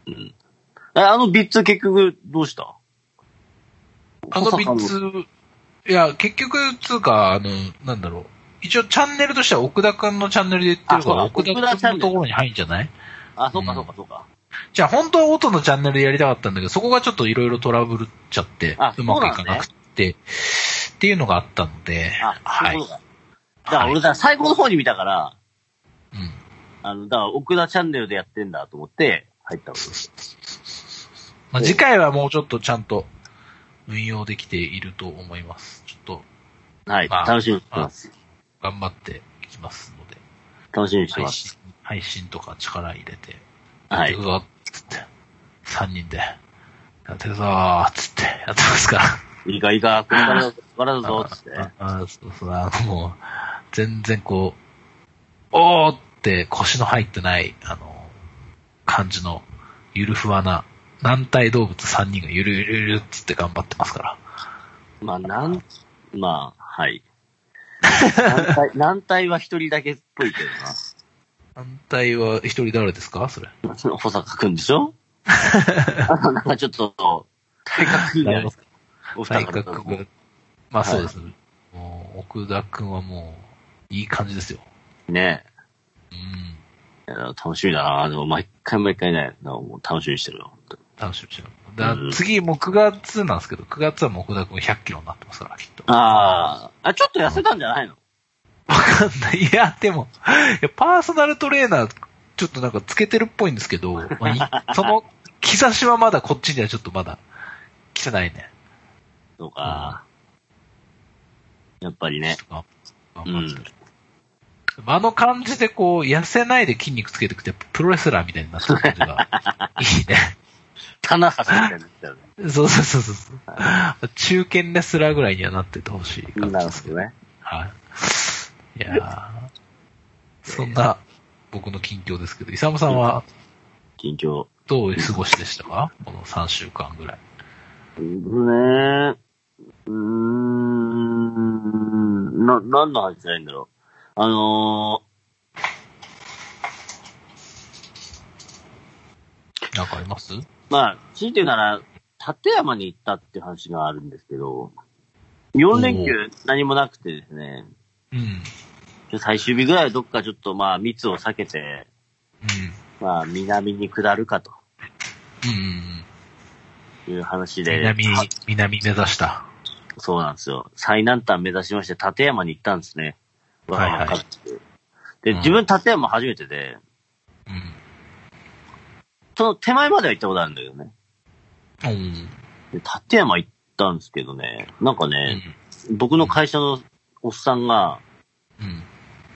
うん。え、あのビッツ結局どうした
あのビッツ、いや、結局、つうか、あの、なんだろう。一応チャンネルとしては奥田くんのチャンネルで言ってるか
あ
ら、
そう
奥
だ
田くんのところに入んじゃない
あ、そうかそうかそうか。
じゃあ本当は音のチャンネルやりたかったんだけど、そこがちょっといろいろトラブルっちゃって
あ、
うまくいかなくて、っていうのがあったので、
あ、
は
そ
い。
ういうことか。だから俺、だから最後の方に見たから、
うん。
あの、だから奥田チャンネルでやってんだと思って入ったの。
まあ、次回はもうちょっとちゃんと運用できていると思います。ちょっと
はい。
まあ
楽しみにしてます。
頑張っていきますので、
楽しみにして
配
ます。
信、配信とか力入れて、
は
やって
い
く。ぞ、つって、3人で、やってくぞー、つって、やってますから。
いいかいいか、これからだこれからだぞ、つって。
ああそうそう、あのもう、全然こう、おーって腰の入ってない、あの、感じの、ゆるふわな、軟体動物3人がゆるゆるゆるっつって頑張ってますから。
まあ、なん、まあ、はい。軟体、軟体は一人だけっぽいけ
軟体は一人誰ですかそれ。
どな。保坂くんでしょあの、なんかちょっと、体格いいんじゃないですか。お二
体
方と
格
も。
が、まあそうですね。もう奥田くんはもう、いい感じですよ。
ね
うん。
いや楽しみだな。でも、毎回毎回ね、なんかもう楽しみにしてるよ。
楽しみにしてる。だ
うん
次、もう9月なんですけど、9月はもう奥田くん100キロになってますから、きっと。
ああ、あ、ちょっと痩せたんじゃないの
わかんない。いや、でも、いやパーソナルトレーナー、ちょっとなんかつけてるっぽいんですけど、まあい その兆しはまだこっちにはちょっとまだ来てないね。
そうか。やっぱりね。
ちょっと
う
頑張っ
ん
て。あの感じでこう、痩せないで筋肉つけてくって、プロレスラーみたいになってる感じ が、いいね。
棚橋みたいになっちゃう
そうそうそうそう。中堅レスラーぐらいにはなっててほしい
ね。
感
な
じ
る
です
ほ
けど。
どね。
はい。いやーそんな僕の近況ですけど、イサムさんは
近況。
どういう過ごしでしたかこの3週間ぐらい。
うんね。うーん。な、何の話じゃないんだろう。あの
なんかありますうん。
ー、まあ、強いて言うなら、立山に行ったっていう話があるんですけど、4連休何もなくてですね、
うん。
最終日ぐらいはどっかちょっとまあ密を避けて、まあ南に下るかと
うん。
いう話で。
南、南目指した。
そうなんですよ。最南端目指しまして、立山に行ったんですね。
はいはい
わかって
う
で、
ん
自分立山初めてで、
うん。
その手前までは行ったことあるんだけどね。
うん。
で、立山行ったんですけどね、なんか
う
ね、
ん。
僕の会社のおっさんが、
うん。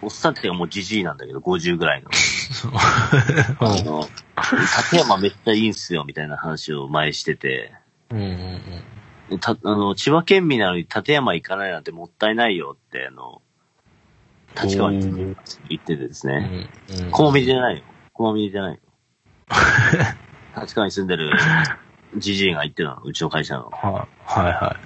おっさんっていうかもうじじいなんだけど、50ぐらいの。
そう。
あの、立山めっちゃいいんすよ、みたいな話を前してて。
うん。うん。
でた、あの、千葉県民なのに立山行かないなんてもったいないよって、あの、立川に
うん。
行っててですね。
うん。
コンビニじゃないよ。コンビニじゃないよ。 立川に住んでるじじいが言ってたの、うちの会社の。
はいはいは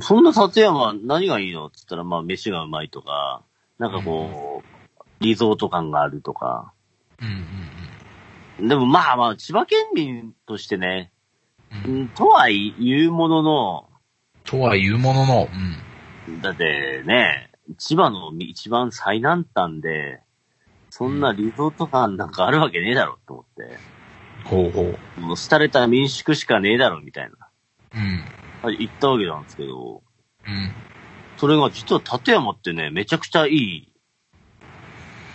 そんな立山何がいいのって言ったら、まあ、飯がうまいとか、なんかこう、リゾート感があるとか。
い。うんうん
でもまあまあ、千葉県民としてね、
うん。
う
うん。
んとは言うものの、
とは言うものの、うん。
だってね、千葉の一番最南端で、そんなリゾート感なんかあるわけねえだろと思っ
ほうほう。
て、もう廃れた民宿しかねえだろみたいな。
うん。
行ったわけなんですけど、
うん。
それが実は立山ってね、めちゃくちゃいい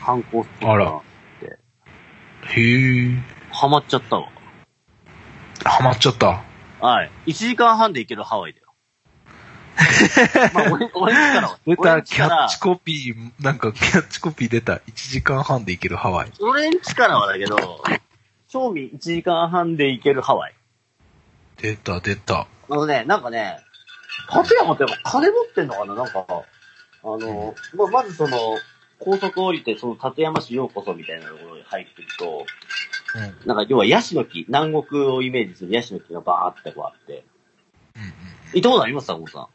観光スポットが
あらへえ。
ハマっちゃったわ。
ハマっちゃった。
はい。1時間半で行けるハワイ だよ。まあ、俺、俺んちからは、
出
俺
た、
んち
キ
か
ャッ
ら
チ、コピー、なんかキャッチコピー出た。1時間半で行けるハワイ。
俺んちからはだけど、賞味1時間半で行けるハワイ。
出た、出た。
あのね、なんかね、立山ってやっぱ金持ってんのかななんか、あの、まあ、まずその、高速降りて、その立山市ようこそみたいなところに入っていくと、
うん。うん
なんか要はヤシの木、南国をイメージするヤシの木がバーってこうあって。行ったことありますか、郷さ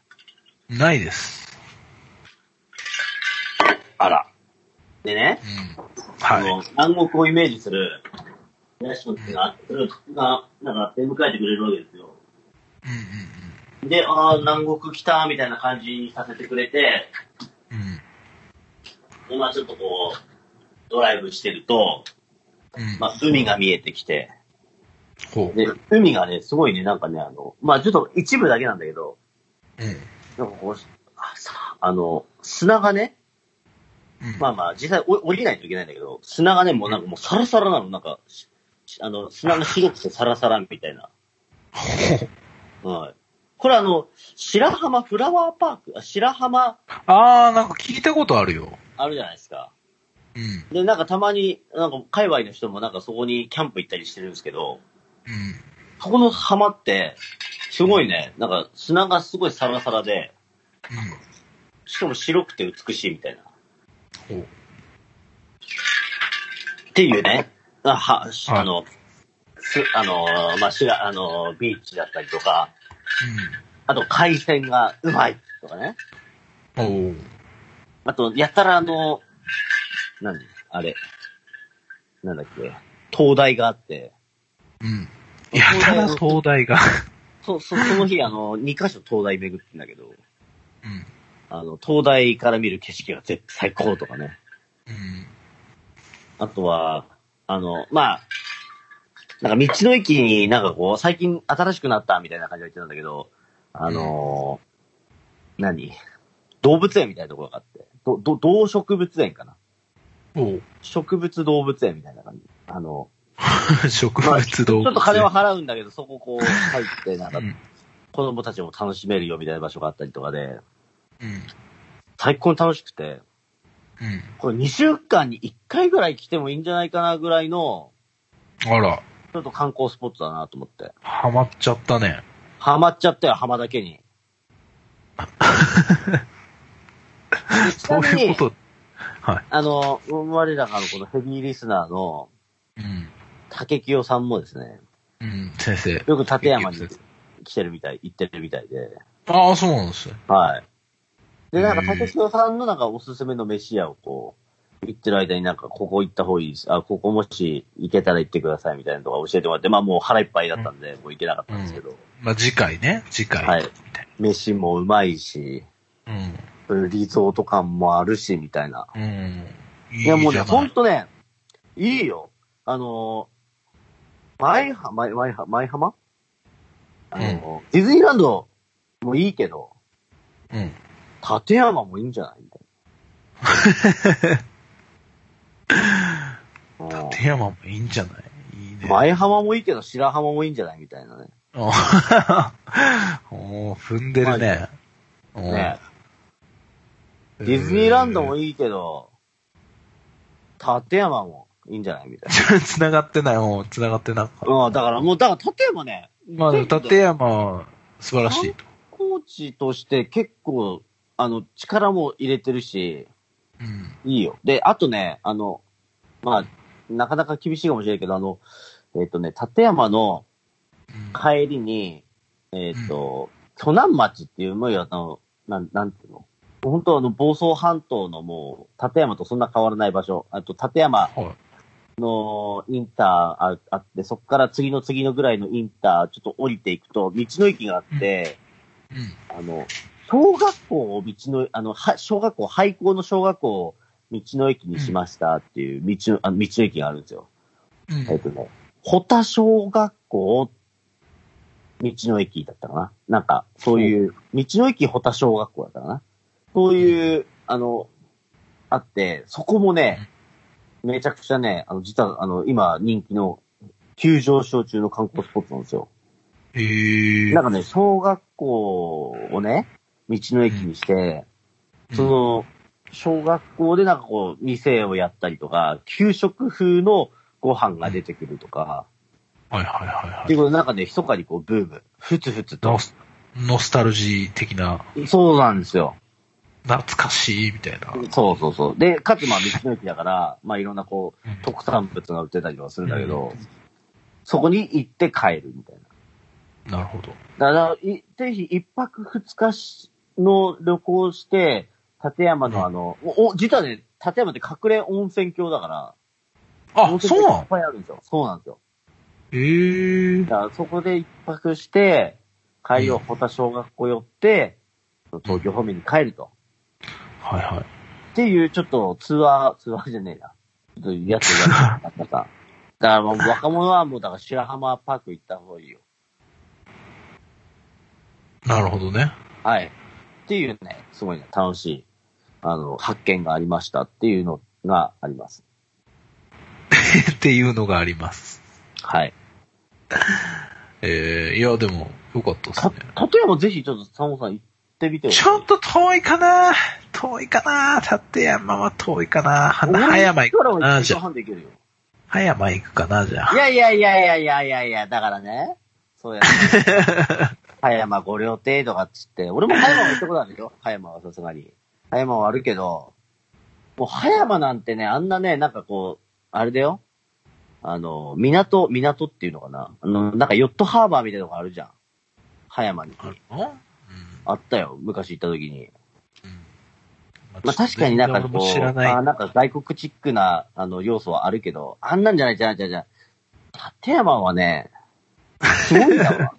ん。
うん。ないです。
あら。でね、
うん。
あ
はい。
の南国をイメージするヤシの木があって、それが、なんか出迎えてくれるわけですよ。
う
で、ああ、南国来た、みたいな感じにさせてくれて、
んうんうん。
で、まあちょっとこう、ドライブしてると、
うん。うん。
まあ海が見えてきて、
ほう。
で、海がね、すごいね、なんかね、あの、まあちょっと一部だけなんだけど、
うん。
なんかこう、あさあの、砂がね、
うん
まあまあ、実際お降りないといけないんだけど、砂がね、もうなんかもうサラサラなの、なんか、ししあの、砂が白くてサラサラみたい な。
ほう
はい。これあの、白浜フラワーパーク、あ白浜
あー、なんか聞いたことあるよ。
あるじゃないですか。
うん。
で、なんかたまに、なんか界隈の人もなんかそこにキャンプ行ったりしてるんですけど、
うん。
そこの浜って、すごいね、なんか砂がすごいサラサラで、しかも白くて美しいみたいな。
うん。ほう。
っていう ね、あは、あの、す、あのー、まあ、しら、あのー、ビーチだったりとか、あと海鮮がうまいとかね。
うん。おう。
あと、やたらあの、何あれ。なんだっけ。灯台があって。
うん。やたら
灯台を
壮大が。
そ、そ、その日あの、2箇所灯台巡ってんだけど、
うん。
あの、灯台から見る景色が絶最高とかね。
うん。
あとは、あの、まあ、なんか道の駅になんかこう、最近新しくなったみたいな感じで言ってたんだけど、あのー何動物園みたいなところがあって、ど、ど、動植物園かな
おう。
植物動物園みたいな感じ。あの、
植物動
ち
物。
ょっと金は払うんだけど、そここう入って、なん
う
か
ん。
子供たちも楽しめるよみたいな場所があったりとかで、
うん。
最高に楽しくて、
うん。
これ2週間に1回ぐらい来てもいいんじゃないかなぐらいの、
あら、
ちょっと観光スポットだなと思って。
ハマっちゃったね。
ハマっちゃったよ、浜だけに。ちな
そう
みに
いうこと。はい。
あの、我らがのこのヘビーリスナーの
うん。
竹清さんもですね、
うん、先生。
よく立山に来てるみたい、行ってるみたいで、
ああ、そうなんですよ。
はい。で、なんか
うん
竹清さんのなんかおすすめの飯屋をこう、行ってる間になんかここ行った方がいいです、あ、ここもし行けたら行ってくださいみたいなのとか教えてもらって、まあもう腹いっぱいだったんで、もう行けなかったんですけど、
まあ、次回ね。次回。
はい。飯もうまいし、
うん。
リゾート感もあるし、みたいな。
うん。い
いやもうね、
じゃ
ほ
なんい
とね、いいよ。あのー、前浜、前、前浜、前浜あのー、ディズニーランドもいいけど、
うん。
立山もいいんじ ゃないみたいなうん。
手山もいいんじゃないいいね。
前浜もいいけど、白浜もいいんじゃないみたいなね。
おーおー踏んでるね。おー
ねディズニーランドもいいけど、立山もいいんじゃないみたい
ちょ 繋がってない、もう繋がってなかった。
な。うん、だからもう、だから立山ね、
まあ、でも立山は素晴らしい。
コーチとして結構、あの、力も入れてるし、
うん。
いいよ。で、あとね、あの、まあ、なかなか厳しいかもしれないけど、あの、えっ、とね、立山の
うん
帰りに、えっ、と、巨南町っていう、もうあの、なん、なんていうの本当あの、房総半島のもう、立山とそんな変わらない場所。あと、立山
は
のインターああって、そこから次の次のぐらいのインター、ちょっと降りていくと、道の駅があって、
い。うん。
あの、小学校を道の、あの、は小学校、廃校の小学校を道の駅にしましたっていう道の、あの道の駅があるんですよ。
うん
えっとね、穂田小学校、道の駅だったかななんか、そういう、道の駅穂田小学校だったかなそういう、あの、あって、そこもね、めちゃくちゃね、あの、実は、あの、今人気の、急上昇中の観光スポットなんですよ。
へー
なんかね、小学校をね、道の駅にして、その、小学校でなんかこう、店をやったりとか、給食風のご飯が出てくるとか、
はいはいはいは
って
い
いうことでなんかね、密かにこう、ブーム、ふつふつと
ノ。ス。ノスタルジー的な、
そうなんですよ。
懐かしいみたいな。
そうそうそう。で、かつまあ、道の駅だから、まあいろんなこ
うん
う、特産物が売ってたりとかするんだけど、そこに行って帰るみたいな。
なるほど。
だから、いぜひ一泊二日しの旅行をして、立山のあの、お、お実はね、立山って隠れ温泉郷だから、温
あ、
泉
そう
郷
ない
っ
の
ぱいあるんですよ。そうなんですよ。
へー
だからそこで一泊して、帰りを穂田小学校寄って、東京方面に帰ると。
はいはい。
っていう、ちょっとツアー、ツアーじゃねえな。ちょっとやつが、なんか、だからもう若者はもうだから白浜パーク行った方がいいよ。
なるほどね。
はい。っていうね、すごいね、楽しい、あの、発見がありましたっていうのがあります。
っていうのがあります。
はい。
えー、いや、でも、よかったです
た、
ね。
例えばぜひちょっとサモさん行ってみてよ
ちょっと遠いかな遠いかな立山は遠いかなは葉山行くかな
1
じ
時
ゃ
間
あ。
半で行けるよ。
葉山行くかなじゃあ
い。やいやいやいやいやいやいや、だからね、そう や、ね。葉山ご料亭とかっつって、俺も葉山は行ったことあるよ。葉山はさすがに。葉山はあるけど、もう葉山なんてね、あんなね、なんかこう、あれだよ。あの、港、港っていうのかな。あの、なんかヨットハーバーみたいなのがあるじゃん。葉山に。
あるの
あったよ、昔行った時に。
うん。うん
まあ確かになんか
ちょっと
こ
全然俺も知
う、
らない
あなんか外国チックな、あの、要素はあるけど、あんなんじゃないじゃないじゃないじゃない。立山はね、すごいんだ わ。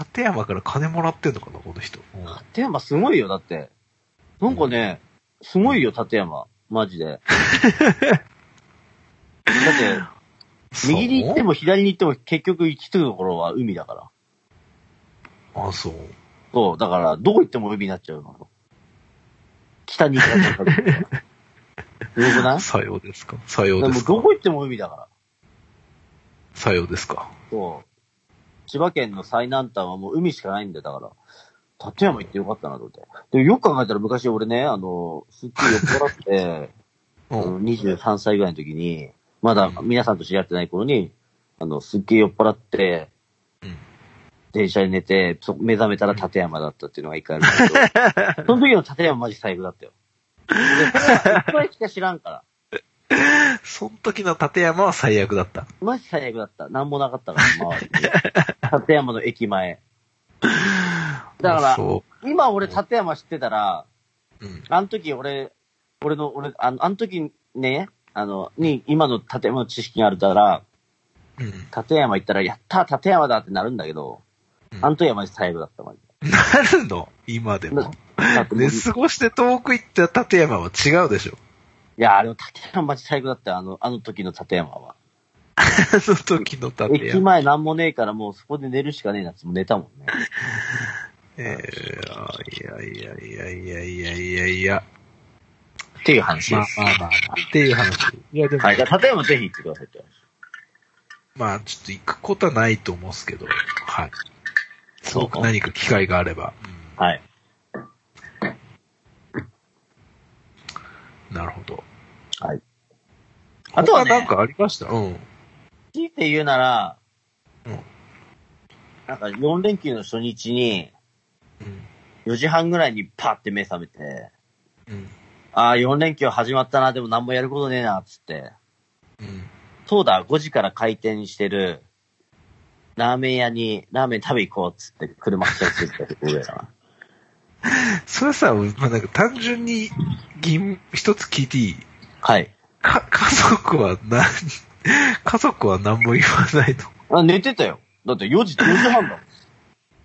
立山から金もらってんのかな、この人。うん
立山すごいよ、だって。なんかね、すごいよ、立山。マジで。だって、右に行っても左に行っても結局行き着くところは海だか
そ
ら。
うあ、そう。
そう、だから、どこ行っても海になっちゃうの。北に行ったら。よ くない
さようですかさよ
で
うで
も
すか
どこ行っても海だから。
さようですか
そう。千葉県の最南端はもう海しかないんだよ、だから。立山行ってよかったな、と思って。でもよく考えたら昔俺ね、あの、すっきり酔っ払って、
う
あの
ん。
23歳ぐらいの時に、まだ皆さんと知り合ってない頃に、あの、すっげえ酔っ払って、
うん
電車に寝て、そ目覚めたら立山だったっていうのが一回あるんだけ ど、その時の立山マジ最悪だったよ。で、それは一回しか知らんから。
その時の立山は最悪だった。
マジ最悪だった。なんもなかったから、周りに。立山の駅前。だ
あ
か
そ
ら、今俺立山知ってたら、
う。うん。
あの時俺、俺の、俺、あのあの時ね、あの、に、今の立山の知識があるから、
うん。
立山行ったら、やったー立山だってなるんだけど、
うん
あの時はマジ最悪だった、マジ
なるの今でも。
で。だってもう
寝
い
過ごして遠く行った立山は違うでしょ。
や、あれも立山マジ最悪だったよ、あの、あの時の立山は。
その時の立
駅
山。
前なんもねえから、もうそこで寝るしかねえなって、もう寝たもんね。
えー、いやいやいやいやいやいやいや。
っていう話
ま
で
あ
す。
まあまあまあ。っていう話。いやでも、
はい、じゃあ立山ぜひ行ってくださいって話。
まあちょっと行くことはないと思うんですけど、はい。すごく何か機会があれば。
はい。
うんなるほど。
はい。
あ
あ
と
と
は
はね
なんかありましたうん。
強いて言うなら、
うん
なんか4連休の初日に、
うん
4時半ぐらいにパって目覚めて、
うん。
ああ、4連休始まったな、でも何もやることねえな、つって。
うん。
そうだ、5時から開店してる、ラーメン屋に、ラーメン食べ行こうっつって、車来たりするって俺 ら。
それさ、まあ、なんか単純に疑問、一つ聞いていい
はい。
か、家族はな、家族は何も言わないと。
あ寝てたよ。だって4時、4時半だ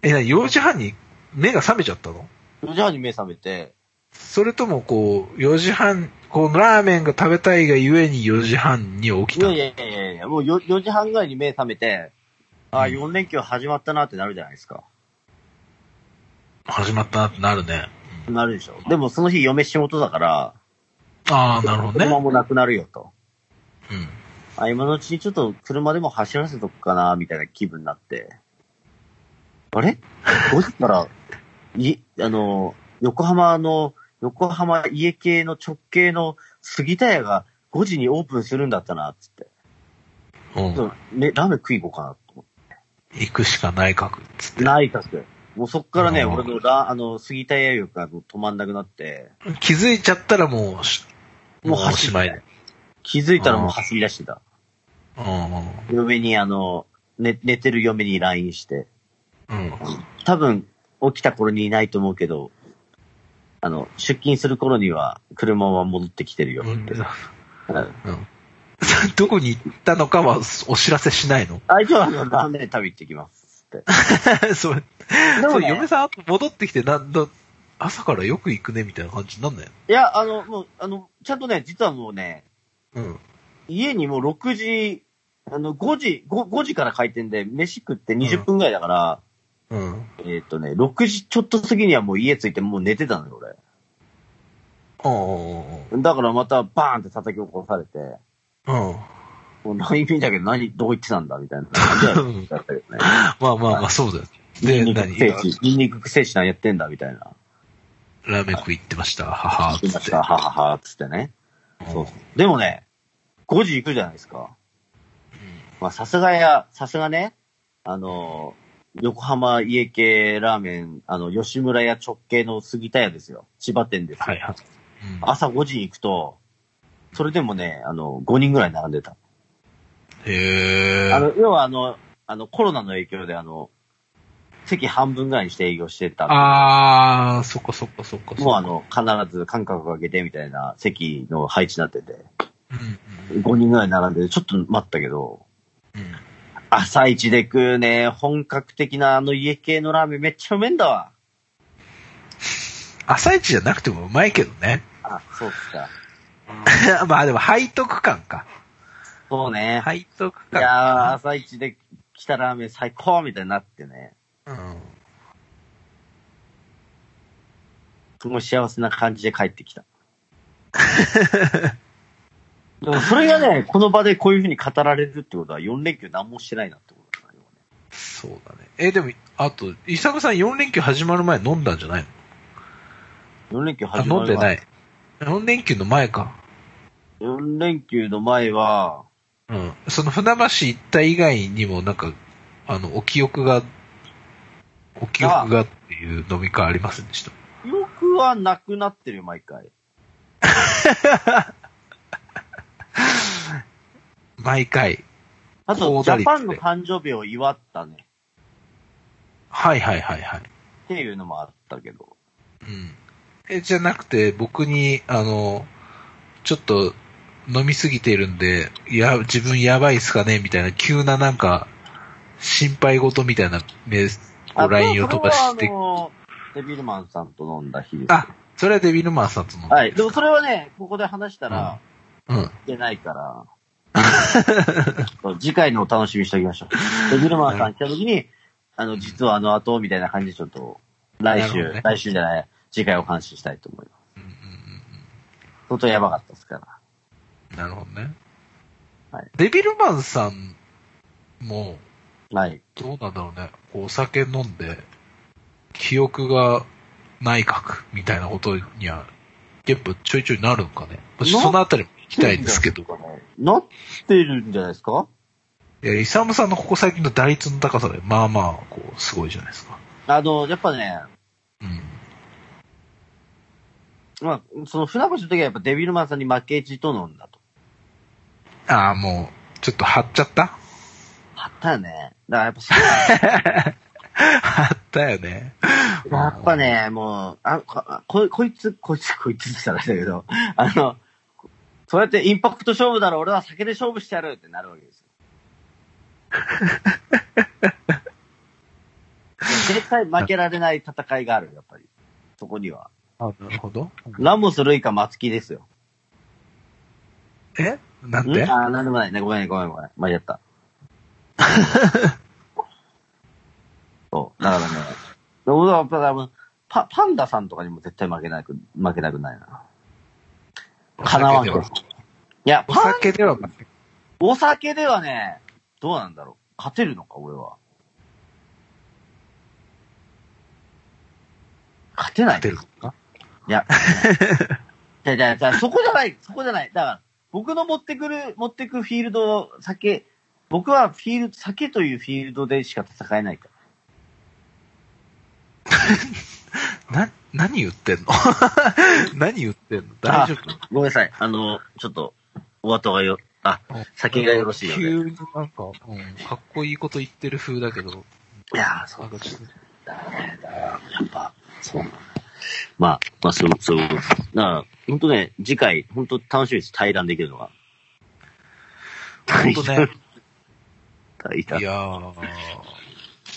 え、な、4時半に目が覚めちゃったの
もん。4時半に目覚めて、
それともこう、4時半、こう、ラーメンが食べたいがゆえに4時半に起き
い
た
や
の
いやいやいやいや、もう 4, 時半ぐらいに目覚めて、ああ、
うん
4連休始まったなってなるじゃないですか。
始まったなってなるね。うん
なるでしょ。でもその日嫁仕事だから、
ああ、なるほどね。
車もなくなるよと。
うん。
あ、今のうちにちょっと車でも走らせとくかな、みたいな気分になって。あれ ?5 時から、 い、あの、横浜の、横浜家系の直系の杉田屋が5時にオープンするんだったな、つって。
うん
ちょっとね、ラーメン食い行こうかなと思っ。
行くしかないかく、つって
内閣。もうそっからね、
うん
俺のラ、あの、杉田屋欲がもう止まんなくなって、
て。気づいちゃったらもうし、
もう
お
走
し
り
まいだ。
気づいたらもう走り出して
うん
た。嫁にあの、ね、寝てる嫁に LINE して。
うん。うん。
多分、起きた頃にいないと思うけど、あの、出勤する頃には、車は戻ってきてるよって。うん
うん。 どこに行ったのかはお知らせしないの
あ、今日はあの、ラーメン食べ行ってきます。って。
それ、
で
そ
も
れ
ね
嫁、さん後戻ってきてなんだ、朝からよく行くねみたいな感じになんない
いや、あの、もう、あの、ちゃんとね、実はもうね、
うん。
家にもう6時あの、5時、5, 5時から開店で、飯食って20分ぐらいだから、
うん。
えーっ、とね、6時ちょっと過ぎにはもう家着いてもう寝てたのよ、
おう
俺。だからまたバーンって叩き起こされて、
おうおううん。
もう LINE 見たけど何、どこ行ってたんだみた いな感じだったけどね。
まあまあまあ、そうだよ。
ニン
で、
ニ
何
ク聖地、ニンニク聖地なんやってんだみたいな。
ラーメン食い行ってました。はは
言い
つ
ま
っ。
してた、はははは、つってね。そうそう。でもね、5時行くじゃないですか。まあ、さすがや、さすがね、あの、横浜家系ラーメン、あの、吉村屋直系の杉田屋ですよ。千葉店ですよ。
はいはい。うん
朝5時に行くと、それでもね、あの、5人ぐらい並んでた。
へ
あ
ー
の、要はあの、あの、コロナの影響で、あの、席半分ぐらいにして営業してた。
あー、そっかそっかそっかそっか。
もうあの、必ず間隔を空けてみたいな席の配置になってて、
うん
5人ぐらい並んで、ちょっと待ったけど、
うんうん。
朝一で食うね、本格的なあの家系のラーメンめっちゃうめえんだわ。
朝一じゃなくてもうまいけどね。
あ、そうっすか。
まあでも背徳感か。
そうね。
背徳
い
感。
やー、朝一で来たラーメン最高みたいになってね。
うん。
すごい幸せな感じで帰って きた。でもそれがね、この場でこういうふうに語られるってことは4連休何もしてないなってことだな、要はね。
そうだね。え、でも、あと、イサムさん4連休始まる前飲んだんじゃないの
4連休
あ、
始まる。
飲んでないい。4連休の前か。
4連休の前は、
うん。その船橋一帯以外にもなんか、あの、お記憶が、お記憶がっていう飲み会ありませんでした。
記憶はなくなってるよ、毎回。
毎回。
あ
こ
と、
う
ジ
なり
ャパンの誕生日を祝ったね。
はいはいはいはい。
っていうのもあったけど。
うん。え、じゃなくて、僕に、あの、ちょっと、飲みすぎてるんで、や、自分やばいっすかねみたいな、急ななんか、心配事みたいな、ね、こ
あ
う、LINE を飛ばして
それ、はあのデビルマンさんと飲んだ日です。
あ、それはデビルマンさんとの。
はい。でもそれはね、ここで話したら、
うん。
いけな いから、そう次回のお楽しみにしておきましょう。デビルマンさん来た時に、あの、実はあの後、みたいな感じでちょっと、来
なるほ
週、
どね
来週じゃない、次回お話ししたいと思います。
うんうん
相当やばかったですから。
うんなるほどね。
はい
デビルマンさんも、
はい。
どうなんだろうね。こうお酒飲んで、記憶がないかみたいなことには、やっぱちょいちょいなるのかね。私
な
そのあたりも聞きたいんですけど。
なってるんじゃないですか
いや、イサムさんのここ最近の打率の高さで、まあまあ、こう、すごいじゃないですか。
あの、やっぱね、
うん。
まあ、その船越の時はやっぱデビルマンさんに負けじと飲んだと。
ああ、もう、ちょっと張っちゃった
あったよね。だからやっぱそう
張ったよね。
やっぱね、もう、あ、こここいつ、こいつ、こいつって言ったらあれだけど、あの、そうやってインパクト勝負なら俺は酒で勝負してやるってなるわけですよ。絶対負けられない戦いがある、やっぱり。そこには。
あ。なるほど。
ラモス、ルイカ、松木ですよ。
えなん
ん
で
あー、なんでもないね。ごめん、ごめん、ごめん。間違 った。そう。だからね、俺はやっぱりパパンダさんとかにも絶対負けなく、負けたくないな。かなわんけど。いや、
お
パン、
酒では、
お酒ではね、どうなんだろう。勝てるのか、俺は。勝てない
勝。てるのか
いや、じゃあじゃあじゃあそこじゃない、そこじゃない。だから、僕の持ってくる、持ってくフィールドを酒、僕はフィールド、酒というフィールドでしか戦えないか
な、何言 ってんの何言ってんの大丈夫
ら。ごめんなさい。あの、ちょっと、お後がよ、あ、酒がよろしいよね
急になんか、うん、かっこいいこと言ってる風だけど、
いやー、そ
な
うん
かちょっと
やっぱ、そうなんだ。まあ、まあ、そう、そう。だから、ほんとね、次回、ほんと楽しみです。対談できるのが。
本当ね。
対
い
談。
やー、ちょっ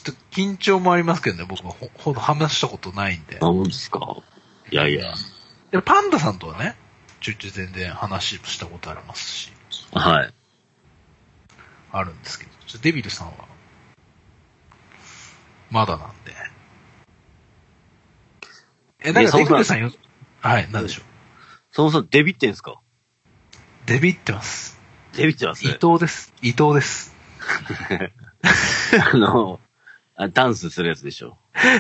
と緊張もありますけどね、僕はほほんと話したことないんで。
あ、ほんですか。いやいや。
でもパンダさんとはね、ちょいちょい全然話したことありますし。
はい。
あるんですけど、ちょっとデビルさんは、まだなんで。え、なん
いや
か
そう
デ
なん
ビルさんよ、はい、なんでしょう。
そもそもデビってんすか
デビってます。
デビってます
伊藤です。伊藤です。
あの、あダンスするやつでしょ。
ダ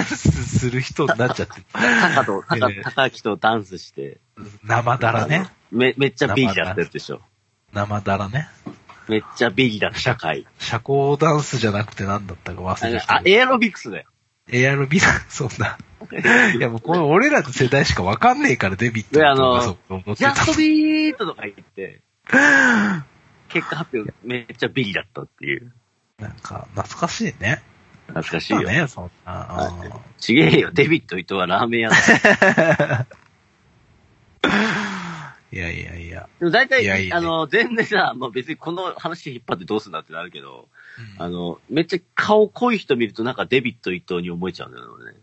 ンスする人になっちゃってる。
高と、高
え、ー
高木とダンスして。
生だらね。
め、めっちゃビリだったやつでしょ。
生だらね。
めっちゃビリだった 社会。
社交ダンスじゃなくて何だったか忘れちゃった
あ、
けど。
エアロビクスだよ。
エアロビだ、そんな。いやもうこれ俺らの世代しかわかんねえからデビって
いやあ
こと
の
がそう思って
ジャ
た。
ストビートとか言って、結果発表めっちゃビリだったっていう。
なんか、懐かしいね。
懐かしい
まあ
よ。
ね、そんな。うん
ちげえよ、デビット伊藤はラーメン屋 だ。
いやいやいや。
でも大体、
いやいや
あの、全然さ、まあ、別にこの話引っ張ってどうすんだってなるけど、
うん
あの、めっちゃ顔濃い人見るとなんかデビット伊藤に思えちゃうんだよね。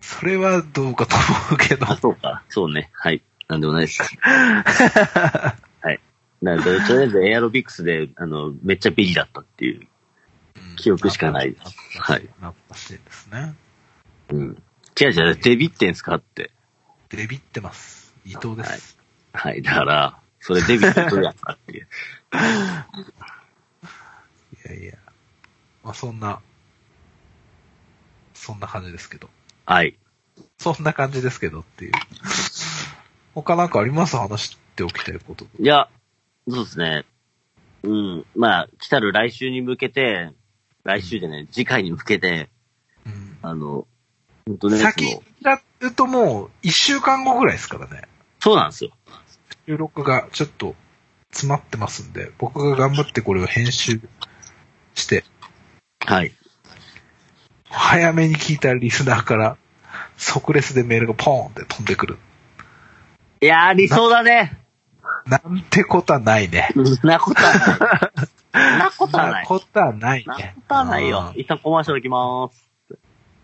それはどうかと思うけど。
あ、そうか。そうね。はい。なんでもない です。はい。なんで、とりあえずエアロビクスで、あの、めっちゃビリだったっていう。
うん
記憶しかないですはい。
懐かしいですね。
うん。違う違う、デビってんすかって。
デビってます。伊藤です。
はい。だから、それデビってどうやったって いう。
いやいや。まあそんな、そんな感じですけど。
はい。
そんな感じですけどっていう。他なんかあります話しておきたいこと。
いや、そうですね。うん。まあ、来たる来週に向けて、来週でね、次回に向けて、
うん
あの、本当ね、
先
その
だうともう一週間後ぐらいですからね。
そうなんですよ。
収録がちょっと詰まってますんで、僕が頑張ってこれを編集して、
はい。
早めに聞いたリスナーから即レスでメールがポーンって飛んでくる。
いやー、理想だね。
なんてことはないね。
そんなことはない。そんなこと はない。
ことはない
そんな
ね
こ。とはないよ。
うん
一旦コマーシャル行きまーす。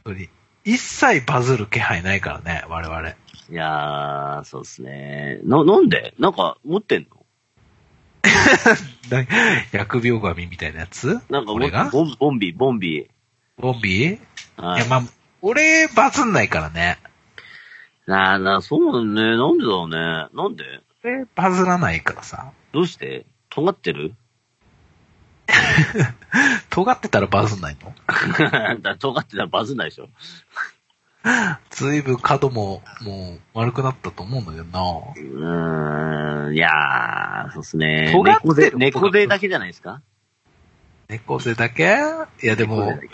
本当に。一切バズる気配ないからね、我々。
いやー、そうですね。な、なんでなんか、持ってんの
な疫病神みたいなやつ
なんか
俺が
ボン、ボンビー、ボンビー。
ボンビーい
は
や、
い。
まあ、俺、バズんないからね。
なあなあ、そうね。なんでだろうね。なんで
俺、バズらないからさ。
どうして尖ってる
尖ってたらバズんないの
だ尖ってたらバズんないでしょ。
ずいぶん角も、もう、悪くなったと思うんだけどな。
うーん、いやー、そうっすね。
尖ってる
猫背猫背だけじゃないですか
猫背だけいや、で
猫
も
背だ、け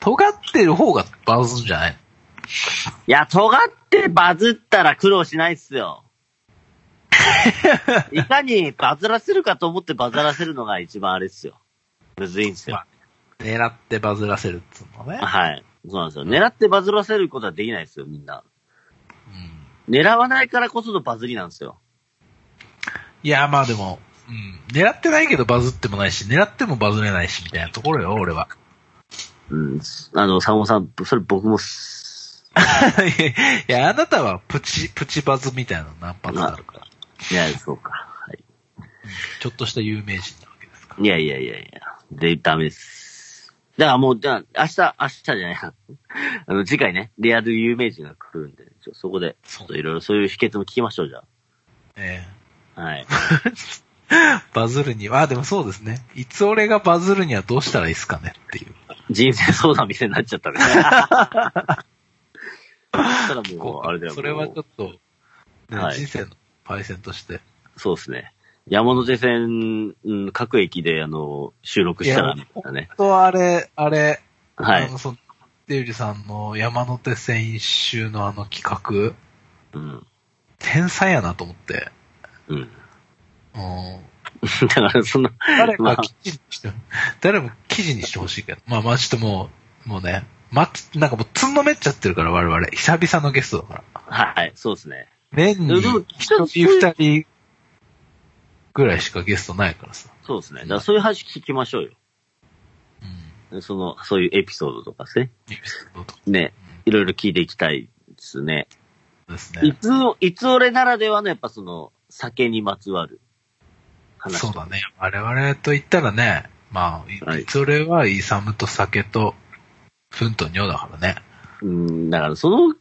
尖ってる方がバズんじゃない
いや、尖ってバズったら苦労しないっす よ。いかにバズらせるかと思ってバズらせるのが一番あれっすよ。むずいんすよ。
狙ってバズらせるっつうのね。
はい。そうなんですよ。狙ってバズらせることはできないですよ、みんな。
うん。
狙わないからこそのバズりなんですよ。
いや、まあでも、うん。狙ってないけどバズってもないし、狙ってもバズれないし、みたいなところよ、俺は。
うん。あの、サモさん、それ僕もす、
いや、あなたはプチ、プチバズみたいなの何発あるから。
いや、そうか。はい。
ちょっとした有名人なわけですから。
いやいやいやいや。で、ダメです。だからもう、じゃあ明日、明日じゃないな。 あの、次回ね、リアル有名人が来るんで、ちょそこで、ちょっといろいろそういう秘訣も聞きましょう、じゃ
ええ
あ。はい。
バズるには、あ、でもそうですね。いつ俺がバズるにはどうしたらいいですかねっていう。
人生相談店になっちゃったね。 そしたらもう、あれだよ。
それはちょ
も
っと、ね
はい
人生のパイセンとして。
うそうですね。山手線、うん、各駅で、あの、収録したら
いや
ね。
と、あれ、あれ、
は
あ
い
の、。その、デュリさんの山手線一周のあの企画、
うん。
天才やなと思って。
うん。
うん
だから、その、
誰
ま
か
あ
記事にして、誰も記事にしてほしいけど。まあまあちょっともう、もうね、ま、なんかもうつんのめっちゃってるから我々。久々のゲストだから。
はい、そうですね。
年に
でも
一人二人ぐらいしかゲストないからさ。
そうですね。だからそういう話聞きましょうよ。
うん。
その、そういうエピソードとかですね。
エピソードとか
ね、いろいろ聞いていきたいですね。
です
い
ね。
つ、いつ俺ならではのやっぱその、酒にまつわる。話。
そうだね。我々と言ったらね、まあ、い
はい
それはイサムと酒と、フンと尿だからね。
うん、だからその、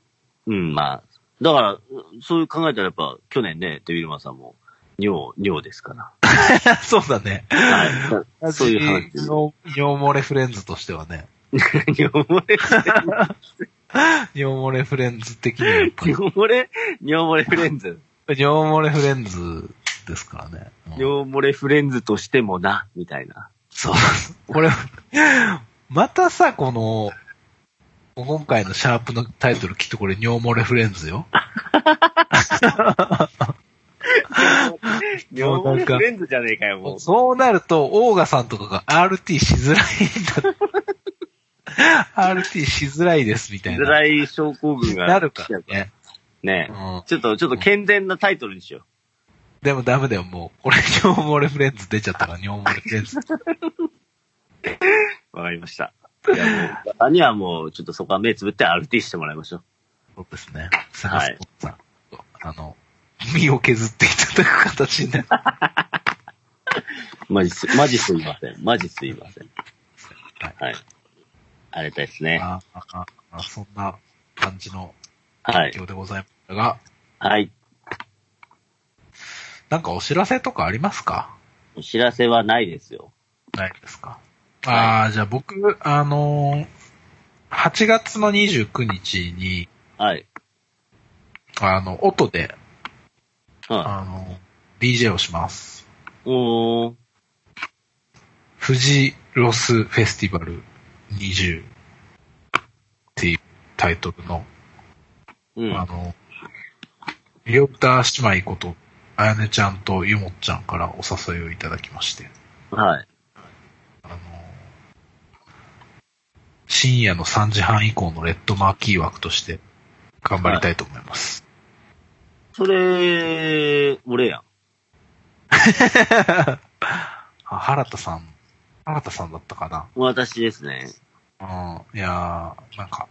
うん、まあ、だから、そういう考えたらやっぱ、去年ね、デビルマンさんも、尿、尿ですから。
そうだね。
はい。そういう話です。
尿尿漏れフレンズとしてはね。
尿漏れ、
尿漏れフレンズ的にはやっぱり。
尿漏れ、尿漏れフレンズ。
尿漏れフレンズですからね。うん
尿漏れフレンズとしてもな、みたいな。
そう。これ、またさ、この、今回のシャープのタイトルきっとこれ尿漏れフレンズよ。
尿漏れフレンズじゃねえかよ、もう。
そうなると、オーガさんとかが RT しづらいんだ。RT しづらいです、みたい
辛
な。
い症候群が。
なるからね。
ね
う
え。
ん
ちょっと、ちょっと健全なタイトルにしよ
でもダメだよ、もう。これ、尿漏れフレンズ出ちゃったから、尿漏れフレンズ。
う。わかりました。いやもう、他にはもう、ちょっとそこは目つぶって RT してもらいましょう。
そうですね。探すことさ、あの、身を削っていただく形になる。
マジす、マジすいません。マジすいません。
はい
はい。ありがたいですね。
あああそんな感じの
は
環
い。
境でございましたが、
はい。
なんかお知らせとかありますか
お知らせはないですよ。
ないですか。ああ、じゃあ僕、あのー8月の29日に、
はい。
あの、音で、
は
あの、DJ をします。
い。おー。
富士ロスフェスティバル20っていうタイトルの、
うん。
あ
は
の、リオタ姉妹こと、あやねちゃんとゆもっちゃんからお誘いをいただきまして、
い。
あの、深夜の3時半以降のレッドマーキー枠として頑張りたいと思います。
それ、俺やん。
あ原田さん、原田さんだったかな
私ですね。
うん、いやー、なんか、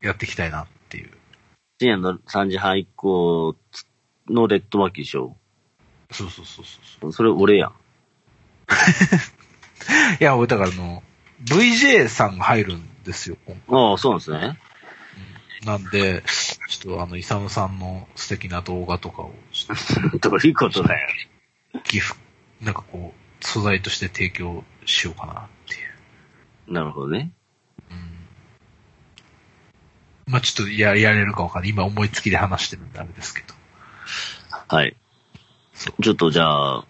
やっていきたいなっていう。
深夜の3時半以降のレッドマーキーでしょ。
そうそうそうそう。
それ俺やん。
いや、俺だからあの、VJ さんが入るんですよ、今回
ああ、そうなんですね。
なんで、ちょっとあの、イサムさんの素敵な動画とかを、ちょっ
どういう ことだよ。
と寄付、なんかこう、素材として提供しようかなっていう。
なるほどね。
まあちょっとや、やれるかわかんない。今思いつきで話してるんであれですけど。
はい。
そう。
ちょっとじゃあ、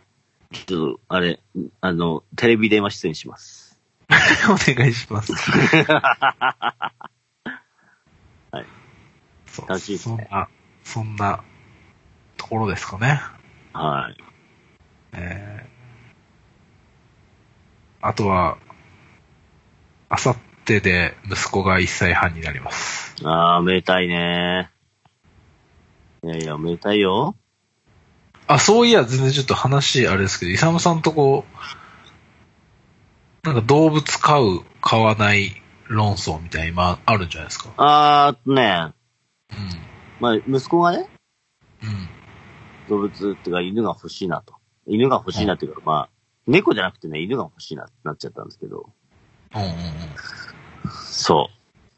ちょっと、あれ、あの、テレビ電話出演します。。
お願いし ます。はいそう
楽しいです
そん
ね
な、そんなところですかね。
はい。
えー、あとは、あさってで息子が1歳半になります。
ああ、めでたいね。いやいや、めでたいよ。
あ、そういや、全然ちょっと話あれですけど、イサムさんとこう、なんか動物飼う、飼わない論争みたいな今あるんじゃないですか。
あーね、
う
まあ、息子がね、
ん。うん。
動物っていうか犬が欲しいなと。犬が欲しいなっていうか、まあ、猫じゃなくてね、犬が欲しいなってなっちゃったんですけど。
うんうんうん。
そ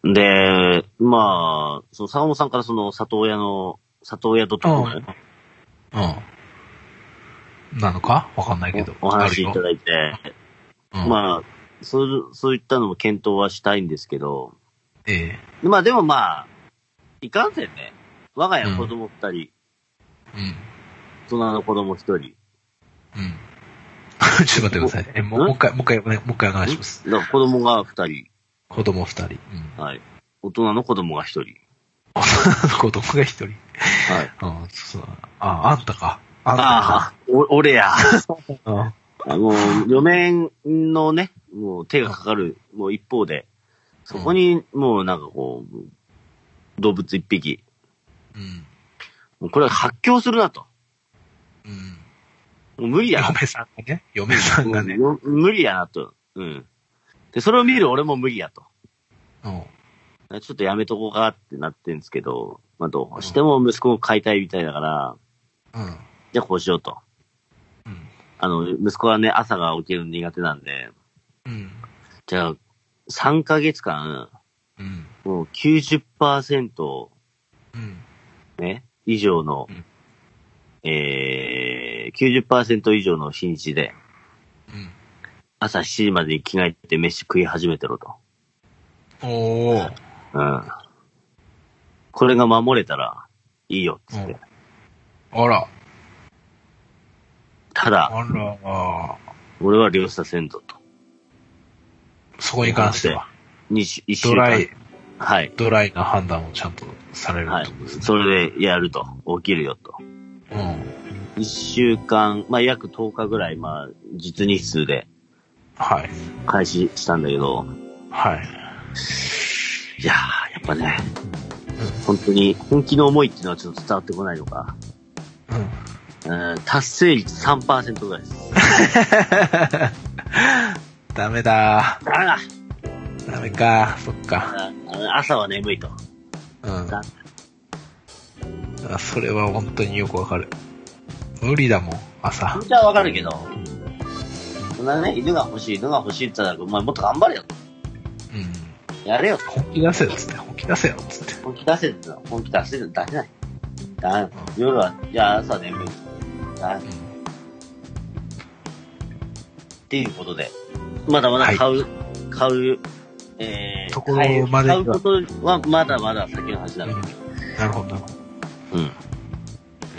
う。で、まあ、その坂本さんからその里親の、里親ドットコムのね
うん。なのかわかんないけど。
おお話い
ある
た
よ
だいて、
うん、
まあ、そう、そういったのも検討はしたいんですけど、
え
まあでもまあ、いかんせんね、我が家子供二人、
え。うん。
大人の子供一人。
うん。 ちょっと待ってください。え、もうもう一回、もう一回、もう一回お願いします。
だから子供が二人。
子供二人。うん。
はい。大人の子供が一人。
子供が一人。
はい。
うん、そうそう。あ、あんたか。あんたか。
ああ、お俺や。
うん
あの、余命のね、もう手がかかる、もう一方で、そこにもうなんかこう、動物一匹、
うん。
もうこれは発狂するなと。
うん。
もう無理やな。
嫁さんがね。嫁さんがね。
もう無理やなと。うん。で、それを見る俺も無理やと。
うん。
ちょっとやめとこうかってなってんですけど、まあどうしても息子を飼いたいみたいだから、
うん。
じゃあこうしようと。
うん。
あの、息子はね、朝が起きるの苦手なんで、
うん。
じゃあ、3ヶ月間、
うん。
もう90%、
うん。
ね、以上の
うん、
えー、90%以上の日にちで、
うん。
朝7時までに着替えて飯食い始めてろと。
おー。
うん。これが守れたら、いいよ、っつって。
うんあら。
ただ、
あらあ
俺は量産せんぞと。
ー。そこに関しては、
にし一週
ド
間。
ライ、
はい。
ドライな判断をちゃんとされる
は
っ
い
てことです。ね。
それでやると。起きるよと。
うん。
一週間、まあ、約10日ぐらい、まあ、実日数で
はい。
開始したんだけど、
はい。
いやー、やっぱね、本当に、本気の思いっていうのはちょっと伝わってこないのか。
うん。
うん、達成率3%ぐらいです。
ダメだ。
ダメだ
ダメか。そっか。
うん朝は眠いと。
うん。あそれは本当によくわかる。無理だもん、朝。
じゃあわかるけど、そんなね、犬が欲しい、犬が欲しいって言ったら、お前もっと頑張れよと。
うん。
やれよと。
本気出せよ、つって。本気出せよ、つって。
本気出せって言ったら本気出せ、出せない。だめ夜は、じゃあ朝は眠い。だめ
うん
っていうことで、まだまだ買う、買う、えー、
ところまで
買う買うことはまだまだ先の話なの。
なるほど、なるほど。
うん。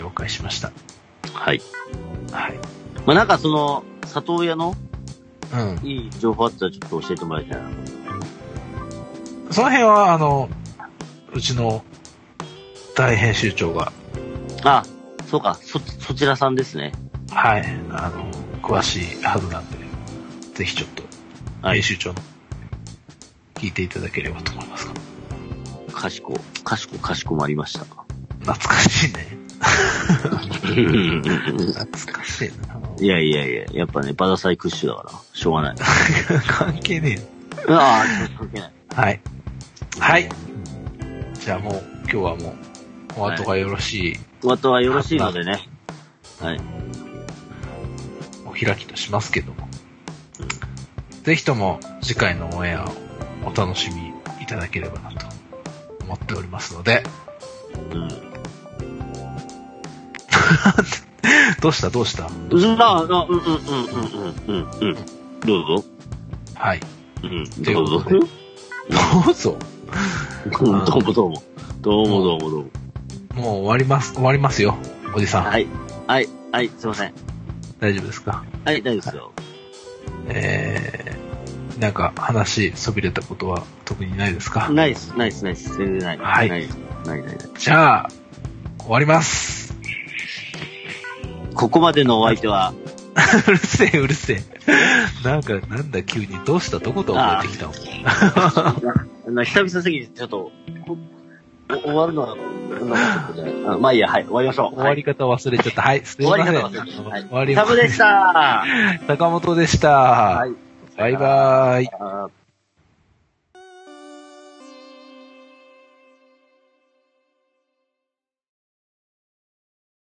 了解しました。
はい。
はい。
まあ、なんかその、里親の
うん。
いい情報あったらちょっと教えてもらいたいな。
その辺は、あの、うちの大編集長が、
あ、そうか、そ、そちらさんですね。
はい、あの、詳しいはずなんで、ぜひちょっと、
はい
編集長の、聞いていただければと思いますが。
かしこ、かしこ、かしこまりま した。
懐かしいね。
い
懐かしいな。
やいやいや、やっぱね、バダサイクッシュだから、しょう がない。
関係ねえよ
ああ、関係ない。
はい。はい。じゃあもう、今日はもう、お後がよろしい、
あとはよろしいのでね。はい。
お開きとしますけども、ぜひとも次回のオンエアをお楽しみいただければなと思っておりますので、
うん。
どうしたどうした
うな、あうんうんうんうんうんうんうん。どうぞ。
はい。
うん、
とい
ど
うこ
うぞ
と。でどうぞ。
うん どうもどうも。どうもどうもどうも。
もう終わります、終わりますよ。おじさん。
はい。はい。はい、すいません。
大丈夫ですか
はい、大丈夫ですよ。
えー、なんか話そびれたことは特にないですか
ナイス、ナイス、ナイス。全然ない。
はい
ない、ない、ない。ない
じゃあ、終わります。
ここまでのお相手は、
うるせえ、うるせえ。なんか、なんだ急に、どうしたどこと覚えてきたの
な久々すぎて、ちょっと、こお終わるのは、なんかちょっとねあまあいいや、はい、終わりましょう。
終わり方忘れちゃった。はい、すい
終
ま
わ
せん。
り方忘れてはい
終わり
タ
ま
ブでした。
坂本でした。
はい
バイバーイ。
あー